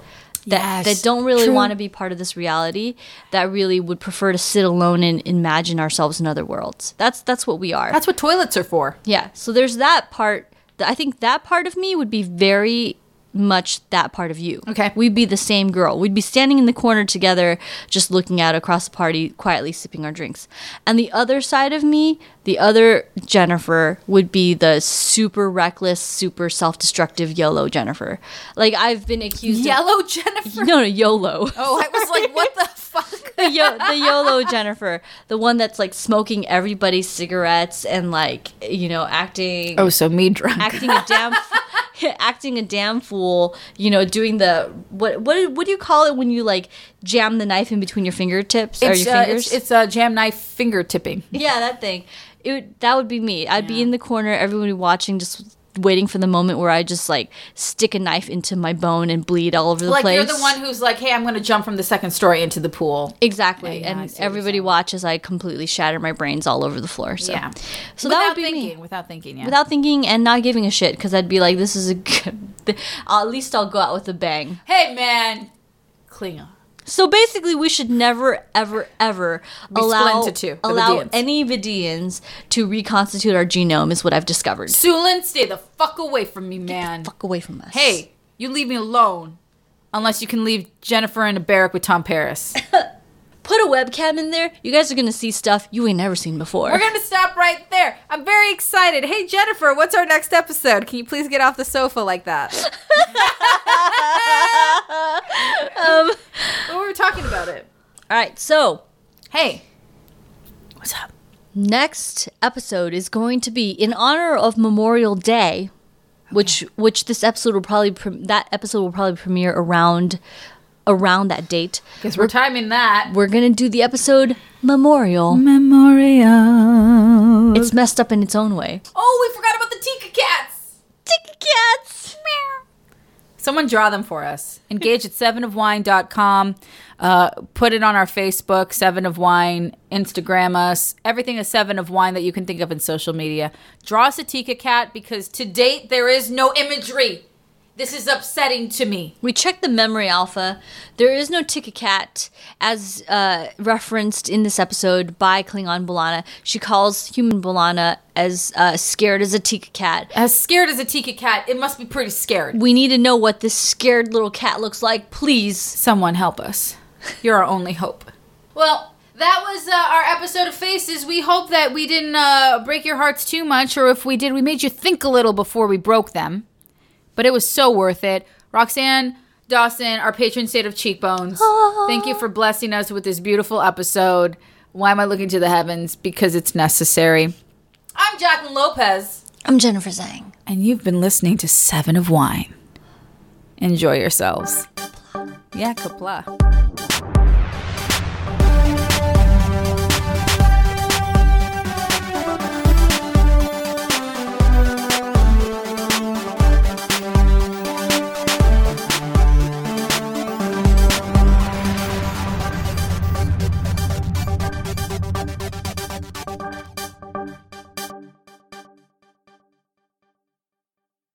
[SPEAKER 2] that,
[SPEAKER 3] Yes,
[SPEAKER 2] that don't really
[SPEAKER 3] true.
[SPEAKER 2] want to be part of this reality that really would prefer to sit alone and imagine ourselves in other worlds that's that's what we are
[SPEAKER 3] that's what toilets are for
[SPEAKER 2] yeah so there's that part that i think that part of me would be very much that part of you
[SPEAKER 3] Okay.
[SPEAKER 2] we'd be the same girl we'd be standing in the corner together just looking out across the party quietly sipping our drinks and the other side of me the other jennifer would be the super reckless super self-destructive yolo jennifer like i've been accused
[SPEAKER 3] yellow jennifer
[SPEAKER 2] of no no yolo
[SPEAKER 3] oh i was like what the fuck
[SPEAKER 2] the, Yo- the YOLO Jennifer, the one that's like smoking everybody's cigarettes and like you know acting
[SPEAKER 3] oh so me drunk
[SPEAKER 2] acting a damn acting a damn fool, you know, doing the what what do- what do you call it when you like jam the knife in between your fingertips or
[SPEAKER 3] it's,
[SPEAKER 2] your
[SPEAKER 3] uh,
[SPEAKER 2] fingers?
[SPEAKER 3] it's, it's uh, jam knife finger tipping
[SPEAKER 2] yeah, that thing. It would, that would be me. I'd be in the corner, everybody watching, just waiting for the moment where I just like stick a knife into my bone and bleed all over the
[SPEAKER 3] like
[SPEAKER 2] place.
[SPEAKER 3] you're the one who's like, "Hey, I'm going to jump from the second story into the pool."
[SPEAKER 2] Exactly,
[SPEAKER 3] yeah, I see
[SPEAKER 2] and
[SPEAKER 3] what you're
[SPEAKER 2] everybody watches. I completely shatter my brains all over the floor. So,
[SPEAKER 3] Yeah.
[SPEAKER 2] so
[SPEAKER 3] without
[SPEAKER 2] that would be
[SPEAKER 3] thinking,
[SPEAKER 2] me
[SPEAKER 3] without thinking, yeah.
[SPEAKER 2] without thinking and not giving a shit because I'd be like, "This is a good. At least I'll go out with a bang."
[SPEAKER 3] hey, man, Klingon.
[SPEAKER 2] So basically, we should never, ever, ever allow
[SPEAKER 3] split into two, the
[SPEAKER 2] allow
[SPEAKER 3] Vidians.
[SPEAKER 2] any Vidians to reconstitute our genome. Is what I've discovered.
[SPEAKER 3] Sulin, stay the fuck away from me, man.
[SPEAKER 2] Fuck away from us.
[SPEAKER 3] Hey, you leave me alone, unless you can leave Jennifer in a barrack with Tom Paris.
[SPEAKER 2] put a webcam in there. You guys are gonna see stuff you ain't never seen before.
[SPEAKER 3] We're going to stop right there. I'm very excited. Hey, Jennifer, what's our next episode? Can you please get off the sofa like that? um, we were talking about it.
[SPEAKER 2] all right, so
[SPEAKER 3] Hey, what's up?
[SPEAKER 2] next episode is going to be in honor of Memorial Day, which which this episode will probably pre- that episode will probably premiere around around that date.
[SPEAKER 3] Because we're timing that.
[SPEAKER 2] We're gonna do the episode Memorial.
[SPEAKER 3] Memorial.
[SPEAKER 2] It's messed up in its own way.
[SPEAKER 3] Oh, we forgot about the Tika cats.
[SPEAKER 2] Tick cats.
[SPEAKER 3] Someone draw them for us. Engage at sevenofwine.com. Uh, put it on our Facebook, Seven of Wine, Instagram us, everything is Seven of Wine that you can think of in social media. Draw us a Tika cat because to date there is no imagery. This is upsetting to me.
[SPEAKER 2] We checked the memory alpha. There is no Cat as uh, referenced in this episode by Klingon Bolana. She calls human Bolana as uh, scared as a Tika Cat.
[SPEAKER 3] As scared as a Tika cat, it must be pretty scared.
[SPEAKER 2] We need to know what this scared little cat looks like, please.
[SPEAKER 3] Someone help us. You're our only hope. Well, that was uh, our episode of Faces. We hope that we didn't uh, break your hearts too much, or if we did, we made you think a little before we broke them. But it was so worth it. Roxanne Dawson, our patron saint of cheekbones, thank you for blessing us with this beautiful episode. Why am I looking to the heavens? Because it's necessary. I'm Jacqueline Lopez,
[SPEAKER 2] I'm Jennifer Zhang.
[SPEAKER 3] and you've been listening to Seven of Wine. Enjoy yourselves. Yeah, kapla.